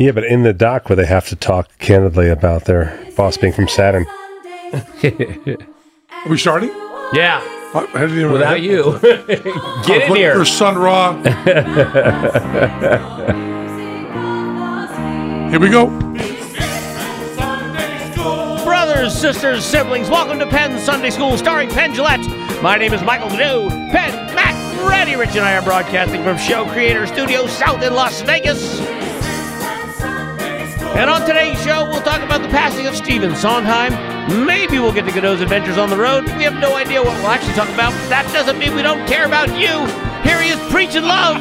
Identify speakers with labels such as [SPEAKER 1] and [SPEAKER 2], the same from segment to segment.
[SPEAKER 1] Yeah, but in the doc where they have to talk candidly about their boss being from Saturn.
[SPEAKER 2] Are we starting?
[SPEAKER 3] Yeah,
[SPEAKER 2] I, I didn't even
[SPEAKER 3] without you. Get in
[SPEAKER 2] Look
[SPEAKER 3] here.
[SPEAKER 2] for Sun Ra. Here we go.
[SPEAKER 3] Brothers, sisters, siblings, welcome to Penn Sunday School starring Penn Gillette. My name is Michael Gnu. Penn, Matt, Randy, Rich, and I are broadcasting from Show Creator Studios South in Las Vegas. And on today's show, we'll talk about the passing of Stephen Sondheim. Maybe we'll get to Godot's adventures on the road. We have no idea what we'll actually talk about, but that doesn't mean we don't care about you. Here he is preaching love,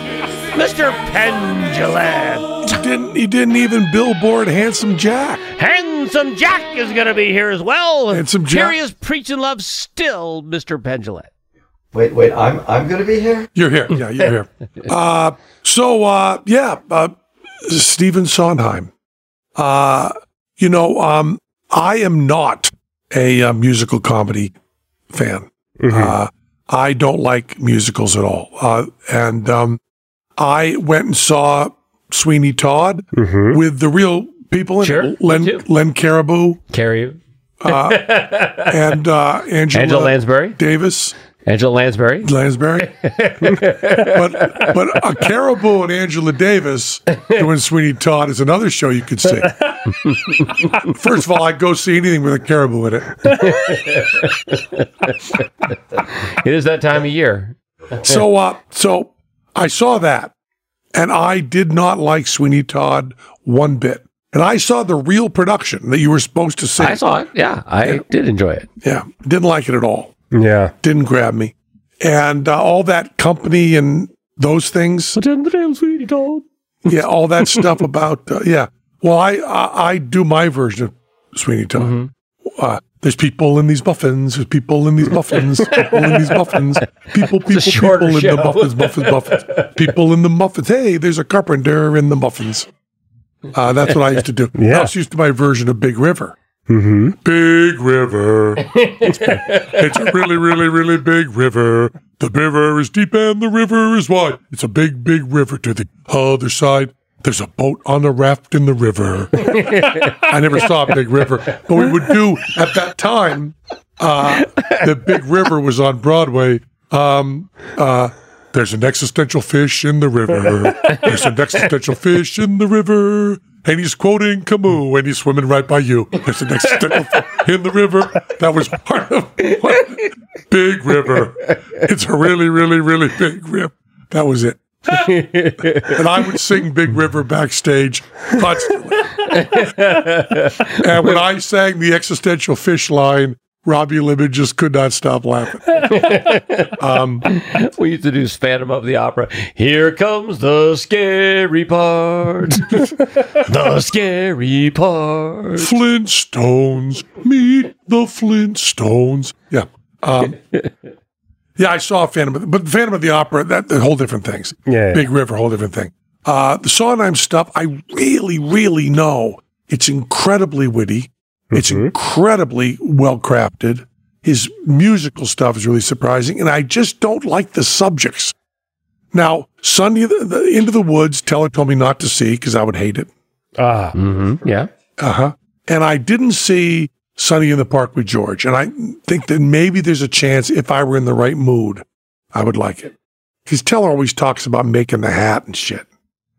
[SPEAKER 3] Mr. Penn Gillette.
[SPEAKER 2] He didn't, he didn't even billboard Handsome Jack.
[SPEAKER 3] Handsome Jack is going to be here as well.
[SPEAKER 2] Handsome
[SPEAKER 3] Here
[SPEAKER 2] Jack.
[SPEAKER 3] he is preaching love still, Mr. Pendulette.
[SPEAKER 4] Wait, wait, I'm I'm gonna be here.
[SPEAKER 2] You're here. Yeah, you're here. Uh, so, uh, yeah, uh, Stephen Sondheim. Uh, you know, um, I am not a uh, musical comedy fan. Uh, I don't like musicals at all. Uh, and um, I went and saw Sweeney Todd
[SPEAKER 1] Mhm.
[SPEAKER 2] with the real people in
[SPEAKER 3] Sure,
[SPEAKER 2] it, Len,
[SPEAKER 3] me too.
[SPEAKER 2] Len Caribou
[SPEAKER 3] Carrie.
[SPEAKER 2] and uh, Angela,
[SPEAKER 3] Angela Lansbury.
[SPEAKER 2] Davis.
[SPEAKER 3] Angela Lansbury.
[SPEAKER 2] Lansbury. but but a caribou and Angela Davis doing Sweeney Todd is another show you could see. First of all, I'd go see anything with a caribou in it.
[SPEAKER 3] It is that time of year.
[SPEAKER 2] So uh so I saw that and I did not like Sweeney Todd one bit. And I saw the real production that you were supposed to see.
[SPEAKER 3] I saw it. Yeah, I did enjoy it.
[SPEAKER 2] yeah. Didn't like it at all.
[SPEAKER 1] Yeah.
[SPEAKER 2] Didn't grab me. And uh, all that company and those things. yeah, all that stuff about uh, yeah. Well, I, I I do my version of Sweeney Todd. Uh, there's people in these muffins. There's people in these muffins. People in these muffins. People, people,
[SPEAKER 3] shorter
[SPEAKER 2] people in
[SPEAKER 3] show.
[SPEAKER 2] the muffins, muffins, muffins. People in the muffins. Hey, there's a carpenter in the muffins. Uh, that's what I used to do.
[SPEAKER 1] Yeah.
[SPEAKER 2] I was used to my version of Big River.
[SPEAKER 1] Mm-hmm.
[SPEAKER 2] Big River. It's, it's a really, really, really big river. The river is deep and the river is wide. It's a big, big river to the other side. There's a boat on a raft in the river. I never saw Big River, but we would do at that time. Uh, the Big River was on Broadway. Um, uh, there's an existential fish in the river. There's an existential fish in the river. And he's quoting Camus and he's swimming right by you. There's an existential fish in the river. That was part of what, Big River. It's a really, really, really big river. That was it. and I would sing Big River backstage constantly. and when I sang the existential fish line, Robbie Libby just could not stop laughing.
[SPEAKER 3] We used to do Phantom of the Opera. Here comes the scary part. the scary part.
[SPEAKER 2] Flintstones, meet the Flintstones. Yeah. Um, yeah, I saw Phantom, of the, but Phantom of the Opera, that, that whole different things.
[SPEAKER 1] Yeah, yeah.
[SPEAKER 2] Big River, whole different thing. Uh, the Sondheim stuff, I really, really know. It's incredibly witty. It's incredibly well crafted. His musical stuff is really surprising, and I just don't like the subjects. Now, Sunday, the, the Into the Woods, Teller told me not to see because I would hate it.
[SPEAKER 1] Ah.
[SPEAKER 3] Mm-hmm. Yeah.
[SPEAKER 2] Uh huh. And I didn't see Sunny in the Park with George. And I think that maybe there's a chance if I were in the right mood, I would like it. Because Teller always talks about making the hat and shit.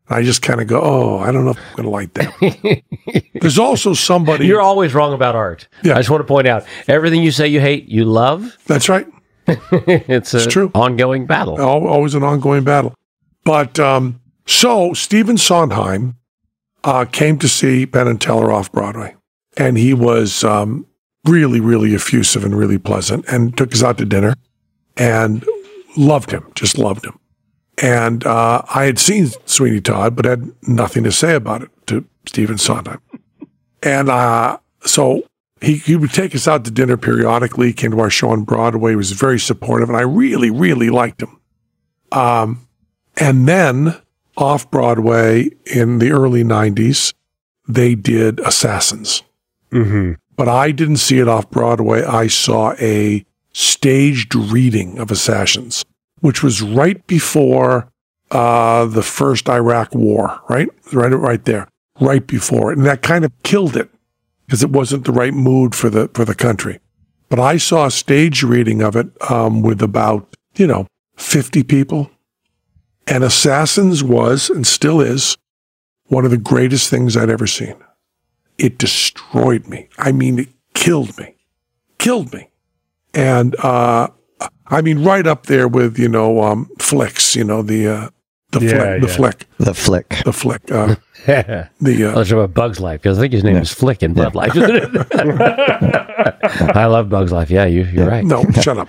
[SPEAKER 2] And I just kind of go, oh, I don't know if I'm going to like that. there's also somebody.
[SPEAKER 3] You're always wrong about art.
[SPEAKER 2] Yeah.
[SPEAKER 3] I just want to point out everything you say you hate, you love.
[SPEAKER 2] that's right.
[SPEAKER 3] it's an
[SPEAKER 2] true.
[SPEAKER 3] ongoing battle.
[SPEAKER 2] Al- Always an ongoing battle. But um, so Stephen Sondheim uh, came to see Penn and Teller off Broadway, and he was um, really, really effusive and really pleasant, and took us out to dinner, and loved him, just loved him. And uh, I had seen Sweeney Todd, but had nothing to say about it to Stephen Sondheim. And uh, so he, he would take us out to dinner periodically, came to our show on Broadway, was very supportive, and I really, really liked him. Um, and then off Broadway in the early 90s, they did Assassins.
[SPEAKER 1] Mm-hmm.
[SPEAKER 2] But I didn't see it off Broadway. I saw a staged reading of Assassins, which was right before uh, the first Iraq war, right? Right, right there. right before it, and that kind of killed it because it wasn't the right mood for the for the country. But I saw a stage reading of it um, with about you know fifty people, and Assassins was and still is one of the greatest things I'd ever seen. It destroyed me. I mean, it killed me, killed me, and uh, I mean right up there with you know um, flicks, you know the uh, the
[SPEAKER 1] Yeah,
[SPEAKER 2] flick, the
[SPEAKER 1] yeah.
[SPEAKER 2] flick,
[SPEAKER 4] The flick.
[SPEAKER 2] the flick, uh,
[SPEAKER 5] Yeah.
[SPEAKER 2] the uh,
[SPEAKER 5] Let's talk about Bugs Life because I think his name is Flick in Bud Life. isn't it? I love Bugs Life. Yeah, you, you're
[SPEAKER 1] Oh,
[SPEAKER 5] right.
[SPEAKER 2] no, shut up.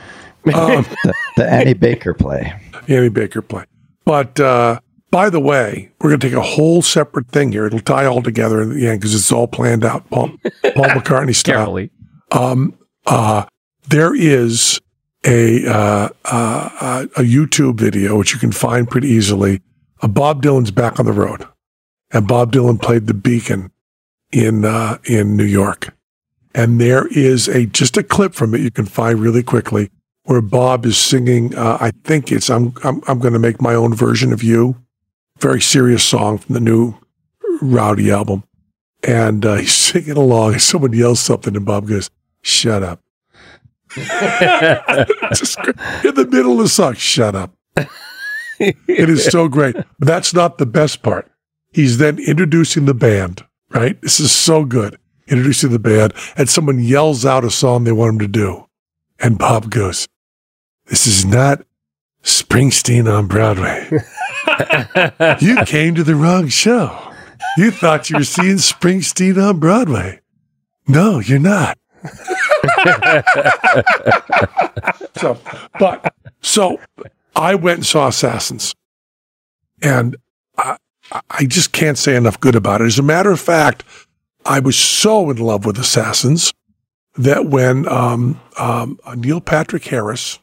[SPEAKER 2] Um,
[SPEAKER 4] The, the Annie Baker play.
[SPEAKER 2] Annie Baker play. But uh, by the way, we're going to take a whole separate thing here. It'll tie all together in the end because it's all planned out, Paul, Paul McCartney style.
[SPEAKER 5] Carefully.
[SPEAKER 2] Um, uh, there is a uh, uh, a YouTube video which you can find pretty easily. Uh, Bob Dylan's back on the road, and Bob Dylan played the Beacon in uh, in New York. And there is a just a clip from it you can find really quickly where Bob is singing. Uh, I think it's I'm I'm, I'm going to make my own version of you. Very serious song from the new Rowdy album, and uh, he's singing along. And someone yells something, and Bob goes, "Shut up." Just in the middle of the song, shut up. it is so great. But that's not the best part. He's then introducing the band, right? This is so good. Introducing the band, and someone yells out a song they want him to do. And Bob goes, This is not Springsteen on Broadway. you came to the wrong show. You thought you were seeing Springsteen on Broadway. No, you're not. so, but so I went and saw Assassins, and I, I just can't say enough good about it. As a matter of fact, I was so in love with Assassins that when um, um, uh, Neil Patrick Harris,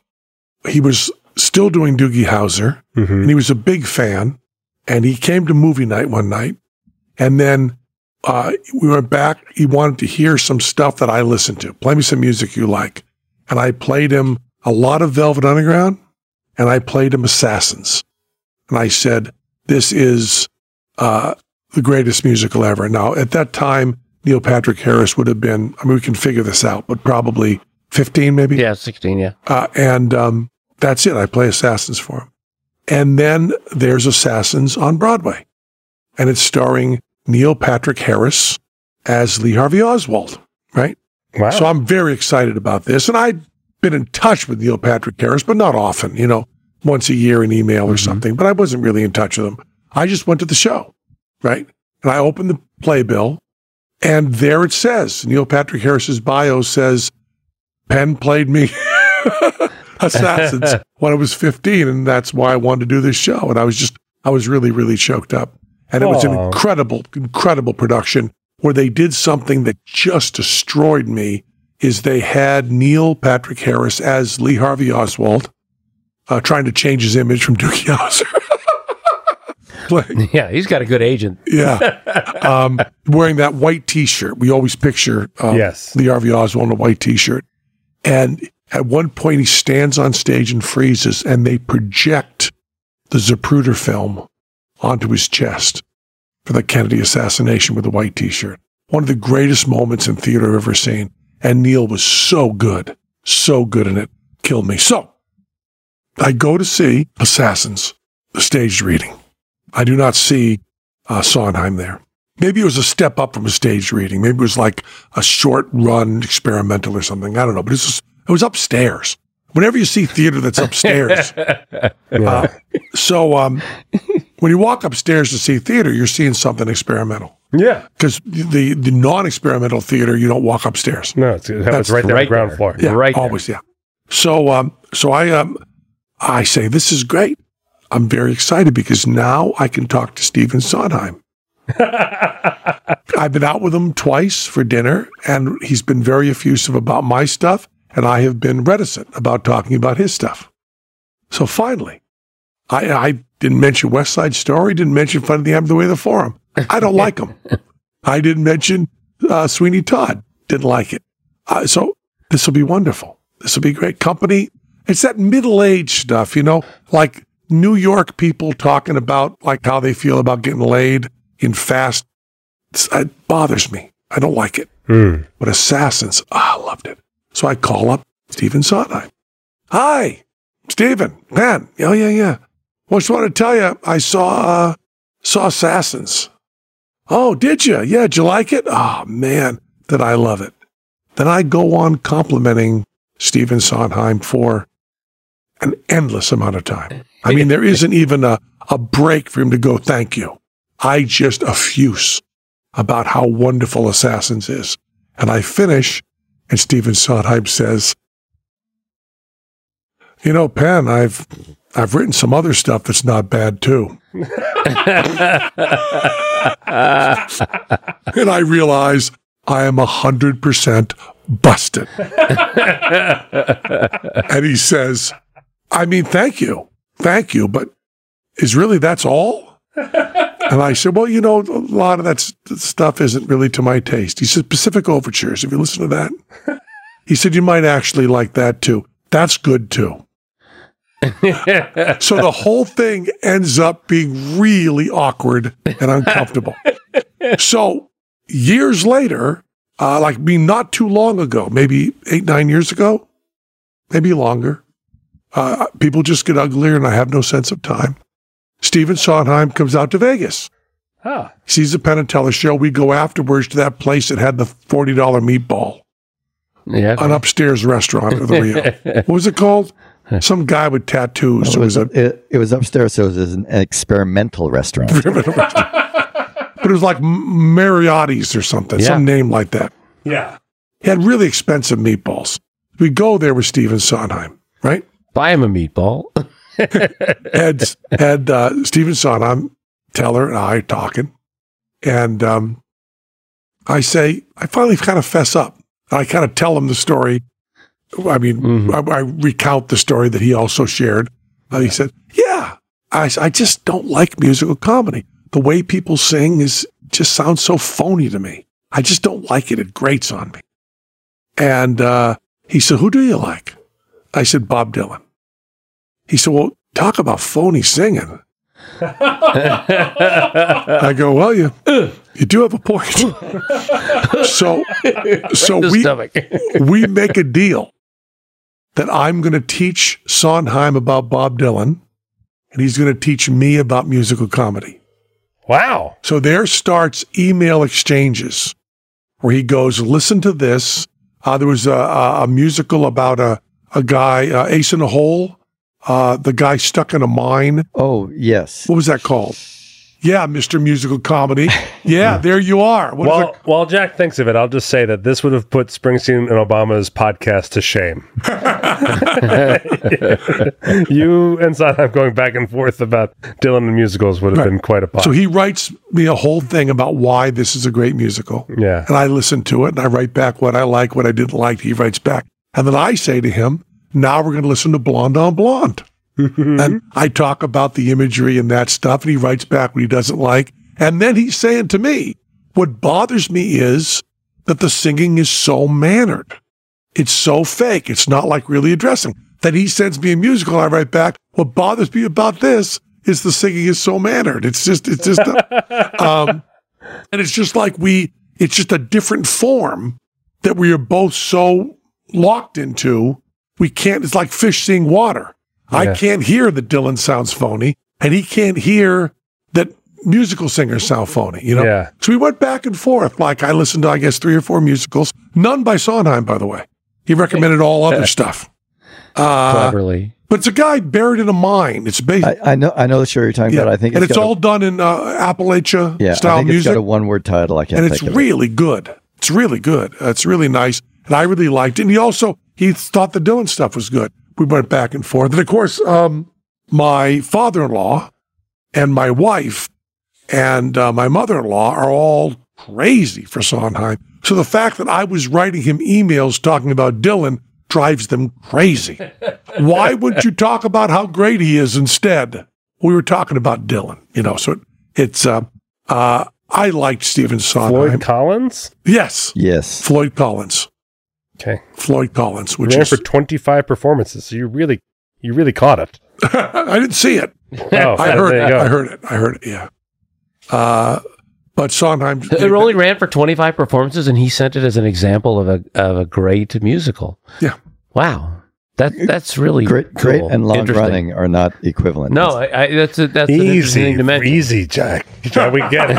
[SPEAKER 2] he was still doing Doogie Howser,
[SPEAKER 1] hmm
[SPEAKER 2] and he was a big fan. And he came to movie night one night, and then uh, we went back. He wanted to hear some stuff that I listened to. Play me some music you like, and I played him a lot of Velvet Underground, and I played him Assassins, and I said, "This is uh, the greatest musical ever." Now, at that time, Neil Patrick Harris would have been. I mean, we can figure this out, but probably fifteen, maybe
[SPEAKER 5] Yeah, 16, yeah.
[SPEAKER 2] uh, and um, that's it. I play Assassins for him. And then there's Assassins on Broadway, and it's starring Neil Patrick Harris as Lee Harvey Oswald, right?
[SPEAKER 1] Wow.
[SPEAKER 2] So I'm very excited about this. And I've been in touch with Neil Patrick Harris, but not often, you know, once a year in email or something, but I wasn't really in touch with him. I just went to the show, right? And I opened the playbill, and there it says Neil Patrick Harris's bio says, Penn played me Assassins when I was 15. And that's why I wanted to do this show. And I was just, I was really, really choked up. And it was an
[SPEAKER 1] Aw.
[SPEAKER 2] incredible, incredible production where they did something that just destroyed me is they had Neil Patrick Harris as Lee Harvey Oswald uh, trying to change his image from Dookie Howser. Playing
[SPEAKER 5] Yeah, he's got a good agent.
[SPEAKER 2] yeah. Um, wearing that white t shirt. We always picture um,
[SPEAKER 1] Yes.
[SPEAKER 2] Lee Harvey Oswald in a white t shirt. And at one point, he stands on stage and freezes, and they project the Zapruder film onto his chest for the Kennedy assassination with a white t shirt. One of the greatest moments in theater I've ever seen. And Neil was so good, so good in it, killed me. So I go to see Assassins, the staged reading. I do not see uh, Sondheim there. Maybe it was a step up from a stage reading. Maybe it was like a short run experimental or something. I don't know, but it's just, it was upstairs. Whenever you see theater that's upstairs, uh, so um, when you walk upstairs to see theater, you're seeing something experimental
[SPEAKER 1] yeah.
[SPEAKER 2] because the the non experimental theater you don't walk upstairs.
[SPEAKER 1] No, it's, it
[SPEAKER 2] That's
[SPEAKER 1] happens right there on
[SPEAKER 5] right
[SPEAKER 1] the ground
[SPEAKER 5] there.
[SPEAKER 1] floor.
[SPEAKER 2] Yeah,
[SPEAKER 5] Right there.
[SPEAKER 2] always. Yeah. So um, so I um, I say this is great. I'm very excited because now I can talk to Stephen Sondheim. I've been out with him twice for dinner, and he's been very effusive about my stuff, and I have been reticent about talking about his stuff. So finally, I, I didn't mention West Side Story, didn't mention Fun of the Am the Way of the Forum. I don't like them. I didn't mention uh, Sweeney Todd, didn't like it. Uh, so this will be wonderful. This will be great company. It's that middle age stuff, you know, like New York people talking about like how they feel about getting laid in fast It's- It bothers me. I don't like it.
[SPEAKER 1] Mm.
[SPEAKER 2] But Assassins, ah, I loved it. So I call up Steven Sondheim. Hi, Steven, man. Yeah, yeah, yeah. Well, just want to tell you, I saw uh, saw Assassins. Oh, did you? Yeah, did you like it? Oh, man, did I love it. Then I go on complimenting Steven Sondheim for an endless amount of time. I mean, there isn't even a, a break for him to go, thank you. I just effuse about how wonderful Assassins is. And I finish, and Stephen Sondheim says, "You know, Penn, I've I've written some other stuff that's not bad too." and I realize I am hundred percent busted. and he says, "I mean, thank you, thank you, but is really that's all?" And I said, well, you know, a lot of that s- stuff isn't really to my taste. He said, Pacific Overtures, if you listen to that. He said, you might actually like that too. That's good too. so the whole thing ends up being really awkward and uncomfortable. so years later, uh, like me, not too long ago, maybe eight, nine years ago, maybe longer, uh, people just get uglier and I have no sense of time. Steven Sondheim comes out to Vegas
[SPEAKER 1] Ah.
[SPEAKER 2] sees the Penn and Teller show. We go afterwards to that place that had the $40 meatball,
[SPEAKER 5] Yeah.
[SPEAKER 2] an upstairs restaurant of the Rio. what was it called? Some guy with tattoos.
[SPEAKER 4] It
[SPEAKER 2] who
[SPEAKER 4] was,
[SPEAKER 2] was a,
[SPEAKER 4] it, it was upstairs, so it was an experimental restaurant.
[SPEAKER 2] but it was like M- Mariotti's or something, some name like that.
[SPEAKER 1] Yeah.
[SPEAKER 2] He had really expensive meatballs. We go there with Steven Sondheim, right?
[SPEAKER 5] Buy him a meatball.
[SPEAKER 2] had had uh, Steven Sondheim, Teller, and I talking, and um, I say I finally kind of fess up. I kind of tell him the story. I mean, I, I recount the story that he also shared. And he said, "Yeah, I, s- I just don't like musical comedy. The way people sing is just sounds so phony to me. I just don't like it. It grates on me." And uh, he said, "Who do you like?" I said, "Bob Dylan." He said, Well, talk about phony singing. I go, Well, you, you do have a point. so so
[SPEAKER 5] The
[SPEAKER 2] we,
[SPEAKER 5] stomach.
[SPEAKER 2] we make a deal that I'm going to teach Sondheim about Bob Dylan, and he's going to teach me about musical comedy.
[SPEAKER 1] Wow.
[SPEAKER 2] So there starts email exchanges where he goes, listen to this. Uh, there was a, a, a musical about a, a guy, uh, Ace in a Hole, uh, the guy stuck in a mine.
[SPEAKER 4] Oh, yes.
[SPEAKER 2] What was that called? Yeah, Mr. Musical Comedy. Yeah, there you are. What is
[SPEAKER 1] While, while Jack thinks of it, I'll just say that this would have put Springsteen and Obama's podcast to shame. you and Sondheim going back and forth about Dylan and musicals would have been quite a
[SPEAKER 2] it-
[SPEAKER 1] pot.
[SPEAKER 2] so he writes me a whole thing about why this is a great musical.
[SPEAKER 1] yeah.
[SPEAKER 2] And I listen to it and I write back what I like, what I didn't like. He writes back. And then I say to him, now we're going to listen to Blonde on Blonde. and I talk about the imagery and that stuff. And he writes back what he doesn't like. And then he's saying to me, what bothers me is that the singing is so mannered. It's so fake. It's not like really addressing. Then he sends me a musical. I write back, what bothers me about this is the singing is so mannered. It's just, it's just, um, and it's just like we, it's just a different form that we are both so locked into. We can't, it's like fish seeing water. I
[SPEAKER 1] Yeah.
[SPEAKER 2] can't hear that Dylan sounds phony, and he can't hear that musical singers sound phony, you know?
[SPEAKER 1] Yeah.
[SPEAKER 2] So we went back and forth. Like I listened to, I guess, three or four musicals, none by Sondheim, by the way. He recommended all other stuff. Uh,
[SPEAKER 5] Cleverly.
[SPEAKER 2] but it's a guy buried in a mine. It's based,
[SPEAKER 4] I, I know I know the show you're talking
[SPEAKER 2] yeah.
[SPEAKER 4] about. I think
[SPEAKER 2] and
[SPEAKER 4] it's
[SPEAKER 2] it's
[SPEAKER 4] got
[SPEAKER 2] all
[SPEAKER 4] a,
[SPEAKER 2] done in uh, Appalachia
[SPEAKER 4] yeah, I
[SPEAKER 2] style
[SPEAKER 4] think
[SPEAKER 2] music
[SPEAKER 4] it's got a one word title. I can't
[SPEAKER 2] and it's
[SPEAKER 4] think of it.
[SPEAKER 2] really good. It's really good. Uh, it's really nice, and I really liked it. And he also he thought the Dylan stuff was good. We went back and forth, and of course, um, my father-in-law and my wife and uh, my mother-in-law are all crazy for Sondheim. So the fact that I was writing him emails talking about Dylan drives them crazy. Why wouldn't you talk about how great he is instead? We were talking about Dylan, you know. So it, it's uh, uh, I liked Stephen Sondheim.
[SPEAKER 1] Floyd Collins
[SPEAKER 2] Yes,
[SPEAKER 4] Yes.
[SPEAKER 2] Floyd Collins.
[SPEAKER 1] Okay.
[SPEAKER 2] Floyd Collins, which
[SPEAKER 1] ran
[SPEAKER 2] is
[SPEAKER 1] for 25 performances. So you really, you really caught it.
[SPEAKER 2] I didn't see it.
[SPEAKER 1] Oh,
[SPEAKER 2] I heard
[SPEAKER 1] there you
[SPEAKER 2] it.
[SPEAKER 1] go.
[SPEAKER 2] I heard it. I heard it. Yeah. Uh, But Sondheim,
[SPEAKER 5] It only ran for 25 performances, and he sent it as an example of a of a great musical.
[SPEAKER 2] Yeah.
[SPEAKER 5] Wow. That that's really
[SPEAKER 4] Great, great,
[SPEAKER 5] cool.
[SPEAKER 4] and long
[SPEAKER 5] Interesting.
[SPEAKER 4] running are not equivalent.
[SPEAKER 5] No, I, I, that's a, that's an interesting
[SPEAKER 1] Easy,
[SPEAKER 5] thing to mention.
[SPEAKER 1] easy, Jack. Yeah, we get it.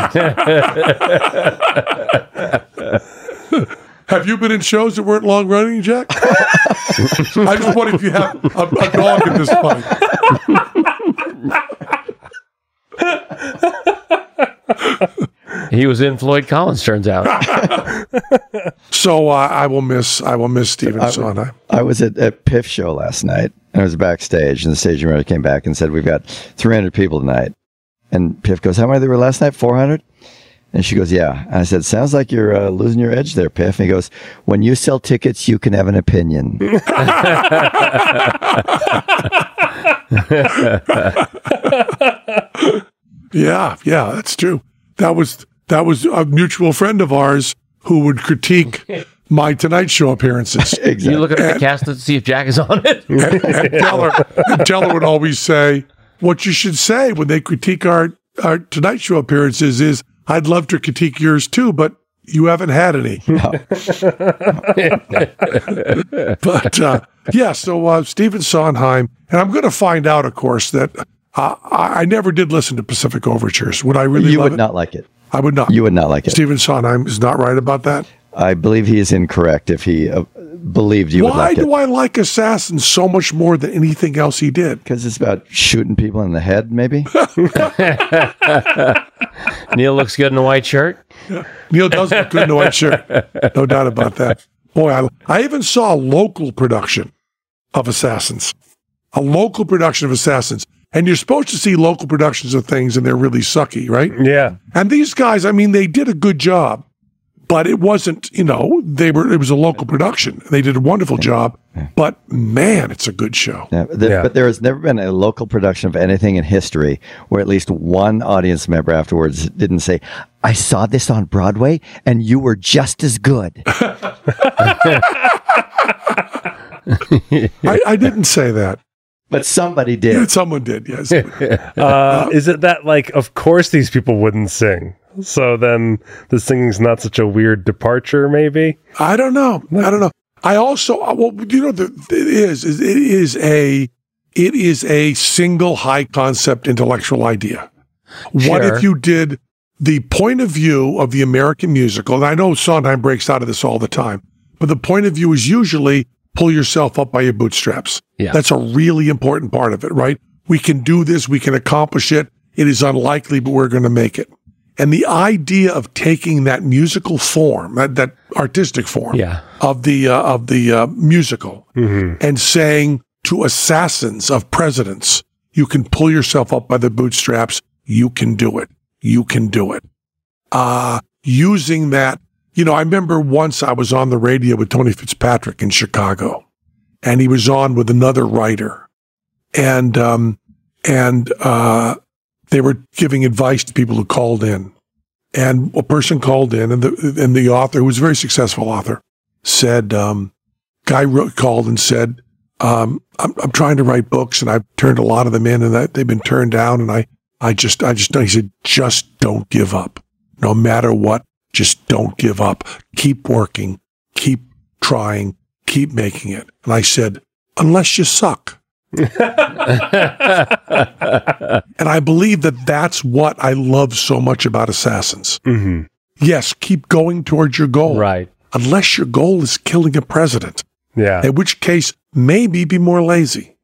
[SPEAKER 2] have you been in shows that weren't long running, Jack? I just wonder if you have a, a dog in this fight.
[SPEAKER 5] He was in Floyd Collins, turns out.
[SPEAKER 2] So uh, I will miss I will miss Steven Sondheim.
[SPEAKER 4] I was at a Piff show last night, and I was backstage, and the stage manager came back and said, "We've got 300 people tonight." And Piff goes, "How many there were last night? 400?" And she goes, "Yeah." And I said, "Sounds like you're uh, losing your edge there, Piff." And he goes, "When you sell tickets, you can have an opinion."
[SPEAKER 2] Yeah, yeah, that's true. That was that was a mutual friend of ours who would critique my Tonight Show appearances.
[SPEAKER 5] You look at the cast to see if Jack is on it.
[SPEAKER 2] and Teller, and Teller would always say, "What you should say when they critique our our Tonight Show appearances is, I'd love to critique yours too, but you haven't had any." but uh, yeah, so uh, Stephen Sondheim, and I'm going to find out, of course, that uh, I, I never did listen to Pacific Overtures. Would I really?
[SPEAKER 4] you
[SPEAKER 2] love
[SPEAKER 4] would
[SPEAKER 2] it?
[SPEAKER 4] not like it.
[SPEAKER 2] I would not.
[SPEAKER 4] You would not like it.
[SPEAKER 2] Stephen Sondheim is not right about that.
[SPEAKER 4] I believe he is incorrect if he uh, believed you would
[SPEAKER 2] Why
[SPEAKER 4] like it.
[SPEAKER 2] do I like Assassin so much more than anything else he did?
[SPEAKER 4] Because it's about shooting people in the head, maybe.
[SPEAKER 5] Neil looks good in a white shirt.
[SPEAKER 2] Neil does look good in a white shirt. No doubt about that. Boy, I, I even saw a local production of Assassins. A local production of Assassins. And you're supposed to see local productions of things and they're really sucky, right?
[SPEAKER 1] Yeah.
[SPEAKER 2] And these guys, I mean, they did a good job, but it wasn't, you know, they were, it was a local production. They did a wonderful job, but man, it's a good show.
[SPEAKER 4] Yeah, th-
[SPEAKER 1] Yeah.
[SPEAKER 4] But there has never been a local production of anything in history where at least one audience member afterwards didn't say, I saw this on Broadway and you were just as good.
[SPEAKER 2] I, I didn't say that.
[SPEAKER 4] But somebody did.
[SPEAKER 2] Someone did, yes.
[SPEAKER 1] Uh, is it that like? Of course, these people wouldn't sing. So then, the singing's not such a weird departure. Maybe.
[SPEAKER 2] I don't know. I don't know. I also uh, well, you know, the, it is is it is a it is a single high concept intellectual idea. What
[SPEAKER 5] Sure.
[SPEAKER 2] if you did the point of view of the American musical? And I know Sondheim breaks out of this all the time, but the point of view is usually pull yourself up by your bootstraps.
[SPEAKER 5] Yeah.
[SPEAKER 2] That's a really important part of it, right? We can do this. We can accomplish it. It is unlikely, but we're going to make it. And the idea of taking that musical form, that, that artistic form,
[SPEAKER 5] Yeah.
[SPEAKER 2] of the uh, of the uh, musical
[SPEAKER 1] Mm-hmm.
[SPEAKER 2] and saying to assassins of presidents, you can pull yourself up by the bootstraps. You can do it. You can do it. Uh, using that, you know, I remember once I was on the radio with Tony Fitzpatrick in Chicago and he was on with another writer and, um, and, uh, they were giving advice to people who called in and a person called in and the, and the author who was a very successful author said, um, guy wrote, called and said, um, I'm, I'm trying to write books and I've turned a lot of them in and I, they've been turned down. And I, I just, I just, don't." he said, just don't give up. No matter what, just don't give up. Keep working, keep trying, keep making it. And I said, unless you suck. and I believe that that's what I love so much about Assassins.
[SPEAKER 1] Mm-hmm.
[SPEAKER 2] Yes, keep going towards your goal
[SPEAKER 5] Right.
[SPEAKER 2] unless your goal is killing a president,
[SPEAKER 1] Yeah.
[SPEAKER 2] in which case, maybe be more lazy.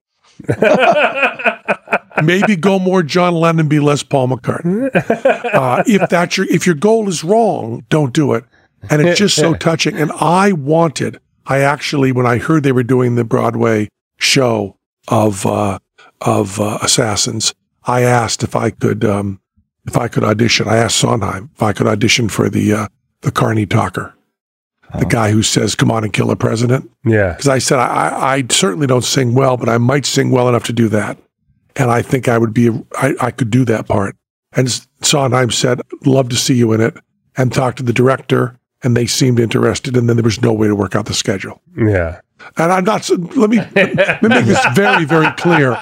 [SPEAKER 2] maybe go more John Lennon, be less Paul McCartney. Uh, if that's your if your goal is wrong, don't do it. And it's just so touching. And I wanted, I actually, when I heard they were doing the Broadway show of uh, of uh, Assassins, I asked if I could um, if I could audition. I asked Sondheim if I could audition for the uh, the Carney talker the guy who says, "Come on and kill a president."
[SPEAKER 1] Yeah.
[SPEAKER 2] Because I said, I, I, I certainly don't sing well, but I might sing well enough to do that, and I think I would be, I, I could do that part. And S- Sondheim said, "Love to see you in it," and talked to the director, and they seemed interested, and then there was no way to work out the schedule.
[SPEAKER 1] Yeah.
[SPEAKER 2] And I'm not. Let me, let me make this very, very clear.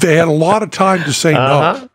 [SPEAKER 2] They had a lot of time to say no.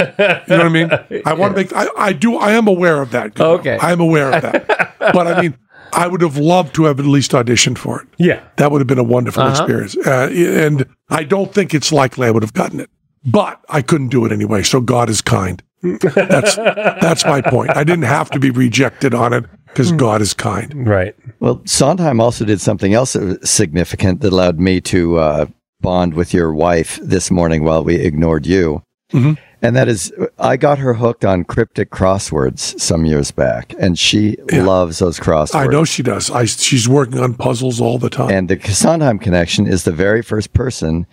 [SPEAKER 2] You know what I mean? I want to make. I, I do. I am aware of that. Guillermo.
[SPEAKER 5] Okay.
[SPEAKER 2] I am aware of that. but I mean, I would have loved to have at least auditioned for it.
[SPEAKER 1] Yeah.
[SPEAKER 2] That would have been a wonderful
[SPEAKER 5] Uh-huh.
[SPEAKER 2] experience. Uh, and I don't think it's likely I would have gotten it, but I couldn't do it anyway. So God is kind. That's that's my point. I didn't have to be rejected on it because God is kind.
[SPEAKER 1] Right.
[SPEAKER 4] Well, Sondheim also did something else that was significant that allowed me to uh, bond with your wife this morning while we ignored you.
[SPEAKER 2] Mhm.
[SPEAKER 4] And that is, I got her hooked on cryptic crosswords some years back, and she
[SPEAKER 2] Yeah.
[SPEAKER 4] loves those crosswords.
[SPEAKER 2] I know she does. I she's working on puzzles all the time.
[SPEAKER 4] And the Sondheim Connection is the very first person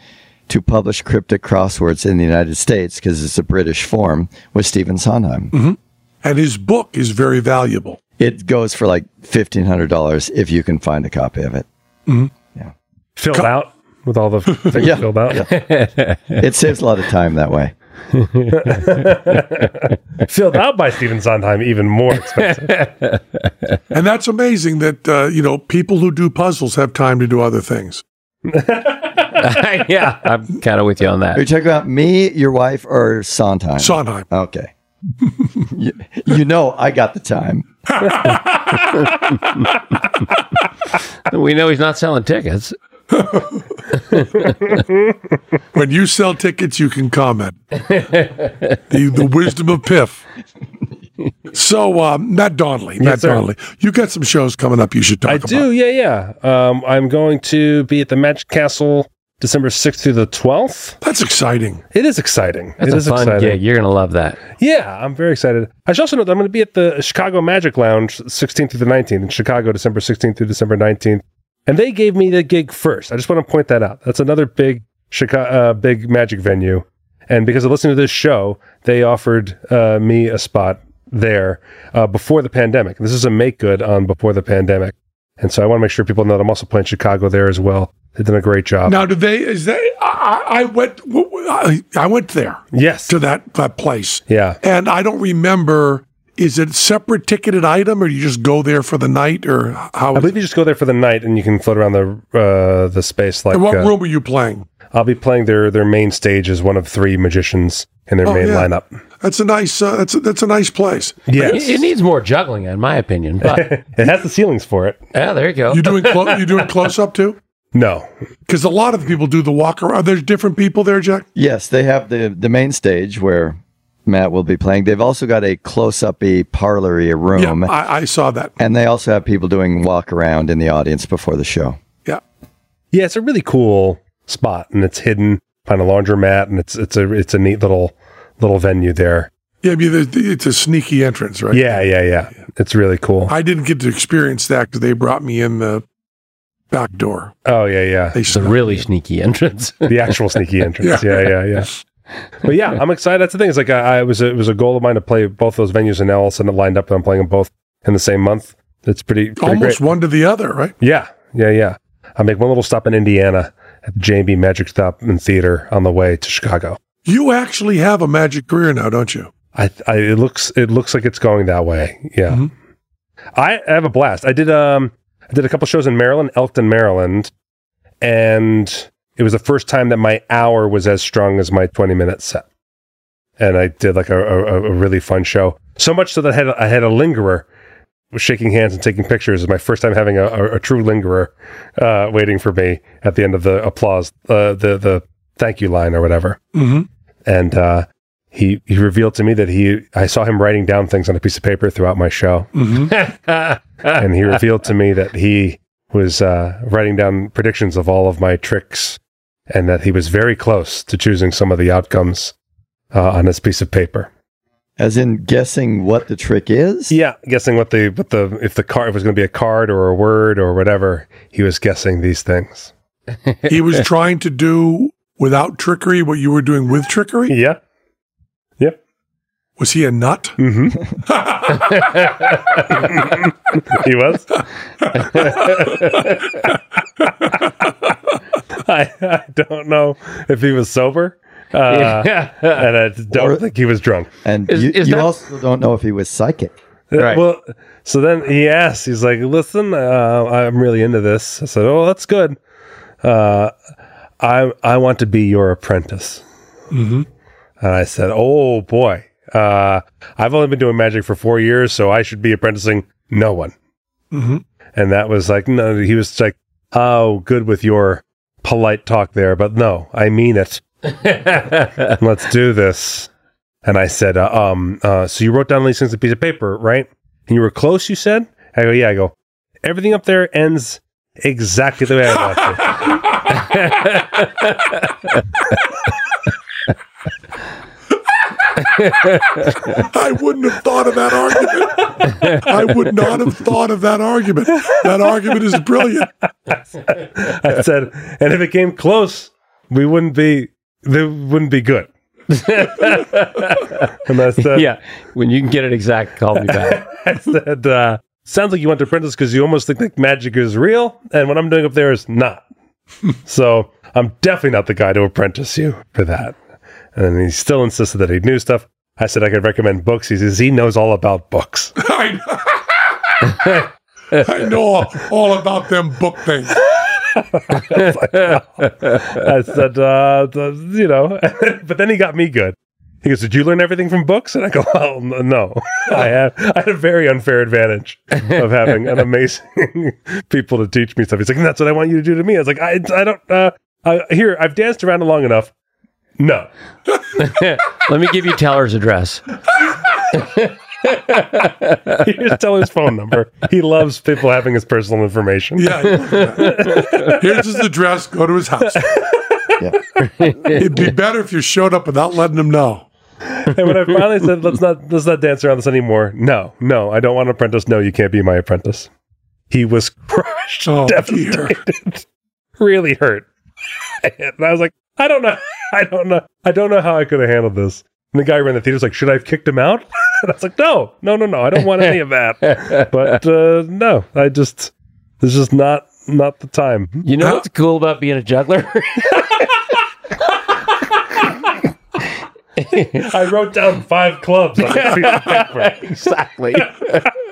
[SPEAKER 4] to publish cryptic crosswords in the United States because it's a British form with Stephen Sondheim.
[SPEAKER 2] and his book is very valuable.
[SPEAKER 4] It goes for like fifteen hundred dollars if you can find a copy of it.
[SPEAKER 1] Filled out with all the things
[SPEAKER 4] Yeah.
[SPEAKER 1] filled out.
[SPEAKER 4] It saves a lot of time that way.
[SPEAKER 1] Filled out by Stephen Sondheim, even more expensive.
[SPEAKER 2] And that's amazing that uh, you know people who do puzzles have time to do other things.
[SPEAKER 5] yeah, I'm kind of with you on
[SPEAKER 4] Are you
[SPEAKER 5] that.
[SPEAKER 4] talking about me, your wife, or Sondheim?
[SPEAKER 2] Sondheim.
[SPEAKER 4] Okay. you, you know, I got the time.
[SPEAKER 5] We know he's not selling tickets.
[SPEAKER 2] When you sell tickets, you can comment. the, the wisdom of Piff. So, um, Matt Donnelly, Matt
[SPEAKER 1] sir.
[SPEAKER 2] Donnelly, you got some shows coming up you should talk
[SPEAKER 1] I
[SPEAKER 2] about.
[SPEAKER 1] do, yeah, yeah. Um, I'm going to be at the Magic Castle December 6th through the 12th.
[SPEAKER 2] That's exciting.
[SPEAKER 1] It is exciting.
[SPEAKER 5] That's
[SPEAKER 1] it
[SPEAKER 5] a
[SPEAKER 1] is
[SPEAKER 5] fun
[SPEAKER 1] exciting.
[SPEAKER 5] gig. You're gonna love that.
[SPEAKER 1] Yeah, I'm very excited. I should also know that I'm going to be at the Chicago Magic Lounge 16th through the 19th in Chicago, December 16th through December 19th. And they gave me the gig first. I just want to point that out. That's another big Chicago, uh, big Magic venue. And because of listening to this show, they offered uh, me a spot there uh, before the pandemic. This is a make good on before the pandemic. And so I want to make sure people know that I'm also playing Chicago there as well. They've done a great job.
[SPEAKER 2] Now, do they? Is that? I, I I went. I, I went there
[SPEAKER 1] yes.
[SPEAKER 2] to that that place,
[SPEAKER 1] Yeah.
[SPEAKER 2] and I don't remember. Is it separate ticketed item, or you just go there for the night, or how?
[SPEAKER 1] I believe you just go there for the night and you can float around the uh, the space like
[SPEAKER 2] in what
[SPEAKER 1] uh,
[SPEAKER 2] room were you playing?
[SPEAKER 1] I'll be playing their their main stage as one of three magicians in their main
[SPEAKER 2] Oh, yeah.
[SPEAKER 1] lineup.
[SPEAKER 2] That's a nice. Uh, that's a, that's a nice place.
[SPEAKER 5] It, it needs more juggling, in my opinion. But
[SPEAKER 1] it has the ceilings for it.
[SPEAKER 5] yeah, there you go.
[SPEAKER 2] You doing clo- you doing close up too?
[SPEAKER 1] No,
[SPEAKER 2] Because a lot of people do the walk around. Are there different people there, Jack?
[SPEAKER 4] Yes, they have the the main stage where Matt will be playing. They've also got a close up y parlory
[SPEAKER 1] Oh,
[SPEAKER 2] Yeah,
[SPEAKER 4] room.
[SPEAKER 2] I, I saw that.
[SPEAKER 4] and they also have people doing walk around in the audience before the show.
[SPEAKER 2] Yeah,
[SPEAKER 1] yeah, it's a really cool spot, and it's hidden behind a laundromat, and it's it's a it's a neat little little venue there.
[SPEAKER 2] yeah. I mean, there's- it's a sneaky entrance, right?
[SPEAKER 1] Yeah, yeah, yeah. It's really cool.
[SPEAKER 2] I didn't get to experience that because they brought me in the back door.
[SPEAKER 1] Oh yeah, yeah.
[SPEAKER 2] They
[SPEAKER 5] It's a
[SPEAKER 2] snuck-
[SPEAKER 5] really sneaky entrance.
[SPEAKER 1] the actual sneaky entrance. Yeah, yeah, yeah. But yeah, I'm excited. That's the thing. It's like I, I was a, it was a goal of mine to play both those venues, and now all of a sudden it lined up, and I'm playing them both in the same month. It's pretty, pretty great.
[SPEAKER 2] almost one to the other, right?
[SPEAKER 1] Yeah, yeah, yeah. I make one little stop in Indiana at the J&B Magic Stop and Theater on the way to Chicago.
[SPEAKER 2] You actually have a magic career now, don't you?
[SPEAKER 1] I, I it looks it looks like it's going that way. Yeah, I, I have a blast. I did um I did a couple shows in Maryland, Elkton, Maryland, and it was the first time that my hour was as strong as my twenty minute set. And I did like a, a, a really fun show, so much so that I had a- I had a lingerer. Was shaking hands and taking pictures. It was my first time having a, a, a true lingerer uh, waiting for me at the end of the applause, uh, the the thank you line or whatever
[SPEAKER 2] Mm-hmm.
[SPEAKER 1] and uh, he he revealed to me that he I saw him writing down things on a piece of paper throughout my show,
[SPEAKER 2] Mm-hmm.
[SPEAKER 1] and he revealed to me that he was uh, writing down predictions of all of my tricks, and that he was very close to choosing some of the outcomes uh, on his piece of paper.
[SPEAKER 4] As in guessing what the trick is?
[SPEAKER 1] Yeah, guessing what the what the if the card if it was going to be a card or a word or whatever, he was guessing these things.
[SPEAKER 2] he was trying to do without trickery what you were doing with trickery.
[SPEAKER 1] Yeah. Yep.
[SPEAKER 2] Was he a nut?
[SPEAKER 1] hmm he was. I, I don't know if he was sober, uh,
[SPEAKER 5] Yeah.
[SPEAKER 1] and I don't
[SPEAKER 4] Or-
[SPEAKER 1] think he was drunk.
[SPEAKER 4] And
[SPEAKER 5] Is-
[SPEAKER 4] you,
[SPEAKER 5] is
[SPEAKER 4] you
[SPEAKER 5] that-
[SPEAKER 4] also don't know if he was psychic.
[SPEAKER 5] Right.
[SPEAKER 1] Well, so then he asked, he's like, "Listen, uh, I'm really into this." I said, "Oh, that's good. Uh, I I want to be your apprentice."
[SPEAKER 2] Mm-hmm.
[SPEAKER 1] And I said, Oh boy, uh, I've only been doing magic for four years, so I should be apprenticing no one.
[SPEAKER 2] Mm-hmm.
[SPEAKER 1] And that was like, no, he was like, Oh, good with your polite talk there, but no, I mean it. Let's do this. And I said, uh, um, uh, so you wrote down all these things on a piece of paper, right? And you were close, you said? I go, yeah. I go, everything up there ends exactly the way I left it.
[SPEAKER 2] I wouldn't have thought of that argument. I would not have thought of that argument. That argument is brilliant.
[SPEAKER 1] I said, and if it came close, we wouldn't be, they wouldn't be good. and I said,
[SPEAKER 3] yeah. When you can get it exact, call me back.
[SPEAKER 1] I said, uh, sounds like you went to apprentice because you almost think like magic is real, and what I'm doing up there is not. so I'm definitely not the guy to apprentice you for that. And then he still insisted that he knew stuff. I said I could recommend books. He says he knows all about books.
[SPEAKER 2] I, I know all, all about them book things.
[SPEAKER 1] I said, uh, th- you know, but then he got me good. He goes, "Did you learn everything from books?" And I go, "Well, n- no, I had I had a very unfair advantage of having an amazing people to teach me stuff." He's like, "That's what I want you to do to me." I was like, "I, I don't uh, uh, here. I've danced around long enough. No,
[SPEAKER 3] Let me give you Teller's address.
[SPEAKER 1] you just tell his phone number. He loves people having his personal information.
[SPEAKER 2] Yeah. I know that. Here's his address. Go to his house. It'd be better if you showed up without letting him know.
[SPEAKER 1] And when I finally said, "Let's not let's not dance around this anymore," no, no, I don't want an apprentice. No, you can't be my apprentice. He was crushed.
[SPEAKER 2] Oh, dear.
[SPEAKER 1] devastated, really hurt. And I was like, I don't know, I don't know, I don't know how I could have handled this. And the guy who ran the theater was like, should I have kicked him out? And I was like, no, no, no, no, I don't want any of that. But uh, no, I just this is not not the time.
[SPEAKER 3] You know what's cool about being a juggler?
[SPEAKER 1] I wrote down five clubs on a piece of paper.
[SPEAKER 3] exactly.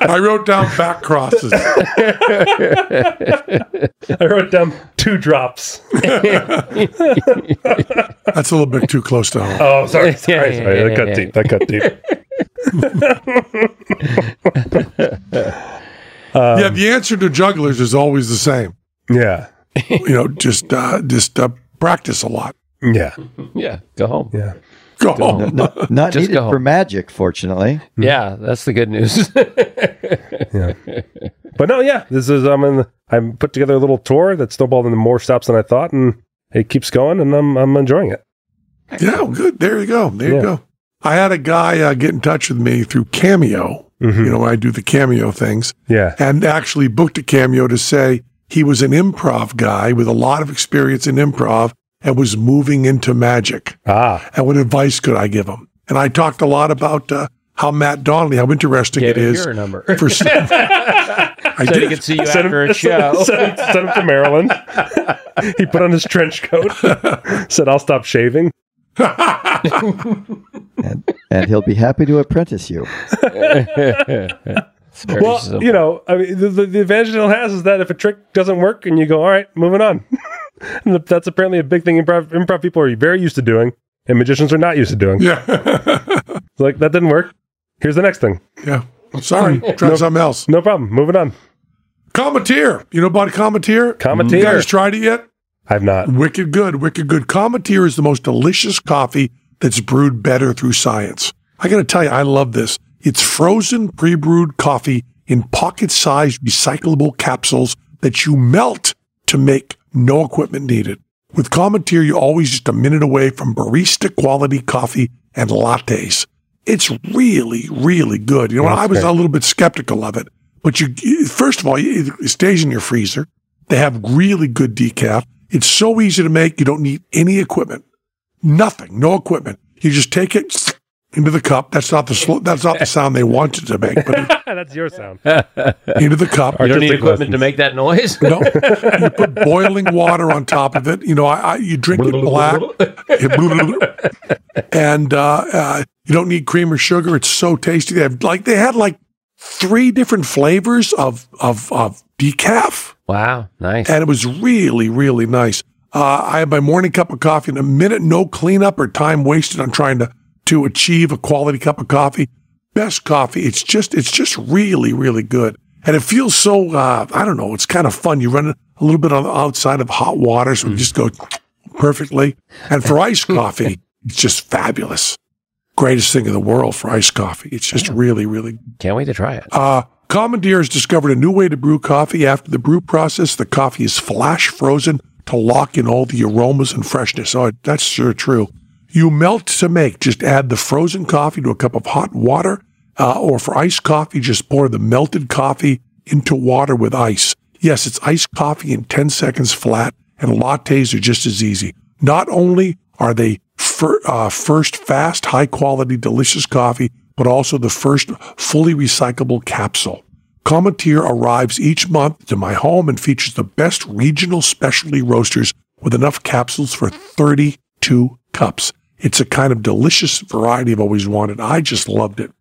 [SPEAKER 2] I wrote down back crosses.
[SPEAKER 1] I wrote down two drops.
[SPEAKER 2] That's a little bit too close to home.
[SPEAKER 1] Oh, sorry, sorry,
[SPEAKER 3] yeah,
[SPEAKER 1] sorry.
[SPEAKER 3] yeah,
[SPEAKER 1] that cut
[SPEAKER 3] yeah.
[SPEAKER 1] deep. That cut deep.
[SPEAKER 2] yeah, the answer to jugglers is always the same.
[SPEAKER 1] Yeah.
[SPEAKER 2] You know, just uh, just uh, practice a lot.
[SPEAKER 1] Yeah.
[SPEAKER 3] Yeah. Go home.
[SPEAKER 1] Yeah.
[SPEAKER 2] Go home.
[SPEAKER 4] No, not
[SPEAKER 3] Just
[SPEAKER 4] needed
[SPEAKER 3] go.
[SPEAKER 4] for magic, fortunately.
[SPEAKER 2] Hmm.
[SPEAKER 3] Yeah, that's the good news.
[SPEAKER 1] But no, yeah. This is I'm in I'm put together a little tour that snowballed into more stops than I thought and it keeps going and I'm I'm enjoying it.
[SPEAKER 2] Yeah, well, good. There you go. There
[SPEAKER 1] Yeah.
[SPEAKER 2] you go. I had a guy uh, get in touch with me through Cameo.
[SPEAKER 1] Mhm.
[SPEAKER 2] You know, I do the Cameo things,
[SPEAKER 1] Yeah.
[SPEAKER 2] and actually booked a Cameo to say he was an improv guy with a lot of experience in improv and was moving into magic.
[SPEAKER 1] Ah.
[SPEAKER 2] And what advice could I give him? And I talked a lot about uh, how Matt Donnelly, how interesting
[SPEAKER 3] Give
[SPEAKER 2] it
[SPEAKER 3] him
[SPEAKER 2] is.
[SPEAKER 3] your number.
[SPEAKER 2] For, I
[SPEAKER 3] so he
[SPEAKER 2] did.
[SPEAKER 3] can see you
[SPEAKER 1] Send
[SPEAKER 3] after
[SPEAKER 1] him,
[SPEAKER 3] a show.
[SPEAKER 1] send, him, send him to Maryland. he put on his trench coat. said, "I'll stop shaving."
[SPEAKER 4] And he'll be happy to apprentice you.
[SPEAKER 3] It's very
[SPEAKER 1] Well,
[SPEAKER 3] simple.
[SPEAKER 1] you know, I mean, the, the, the advantage it has is that if a trick doesn't work, and you go, "All right, moving on," and that's apparently a big thing improv improv people are very used to doing, and magicians are not used to doing.
[SPEAKER 2] yeah.
[SPEAKER 1] It's like that didn't work. Here's the next thing.
[SPEAKER 2] yeah. I'm sorry. Try something else.
[SPEAKER 1] No problem. Moving on.
[SPEAKER 2] Cometeer. You know about Cometeer? You
[SPEAKER 1] Commentator.
[SPEAKER 2] guys tried it yet?
[SPEAKER 1] I've not.
[SPEAKER 2] Wicked good, wicked good. Cometeer is the most delicious coffee that's brewed better through science. I got to tell you, I love this. It's frozen pre brewed coffee in pocket sized recyclable capsules that you melt to make no equipment needed. With Cometeer, you're always just a minute away from barista quality coffee and lattes. It's really, really good. You know, I was a little bit skeptical of it, but you, you- first of all, it it stays in your freezer. They have really good decaf. It's so easy to make. You don't need any equipment. Nothing. No equipment. You just take it into the cup. That's not the sl- that's not the sound they wanted to make, but
[SPEAKER 1] that's your sound.
[SPEAKER 2] into the cup.
[SPEAKER 3] you don't need
[SPEAKER 1] artistic
[SPEAKER 3] equipment to
[SPEAKER 1] lessons.
[SPEAKER 3] make that noise.
[SPEAKER 2] No, you put boiling water on top of it. You know, I, I you drink it black, and uh, uh, you don't need cream or sugar. It's so tasty. They have like they had like three different flavors of of of decaf.
[SPEAKER 3] Wow, nice.
[SPEAKER 2] and it was really, really nice. Uh, I have my morning cup of coffee in a minute, no cleanup or time wasted on trying to to achieve a quality cup of coffee. Best coffee. It's just it's just really really good, and it feels so. Uh, I don't know. It's kind of fun. You run a little bit on the outside of hot water, so you just go perfectly. And for iced coffee, it's just fabulous. Greatest thing in the world for iced coffee. It's just really really
[SPEAKER 3] Can't wait to try it.
[SPEAKER 2] uh, Commandeer has discovered a new way to brew coffee. After the brew process, the coffee is flash frozen to lock in all the aromas and freshness. Oh, that's sure true. You melt to make. Just add the frozen coffee to a cup of hot water, uh, or for iced coffee, just pour the melted coffee into water with ice. Yes, it's iced coffee in 10 seconds flat, and lattes are just as easy. Not only are they fir- uh, first fast, high quality, delicious coffee, but also the first fully recyclable capsule. Cometeer arrives each month to my home and features the best regional specialty roasters with enough capsules for 32 cups. It's a kind of delicious variety I've always wanted. I just loved it.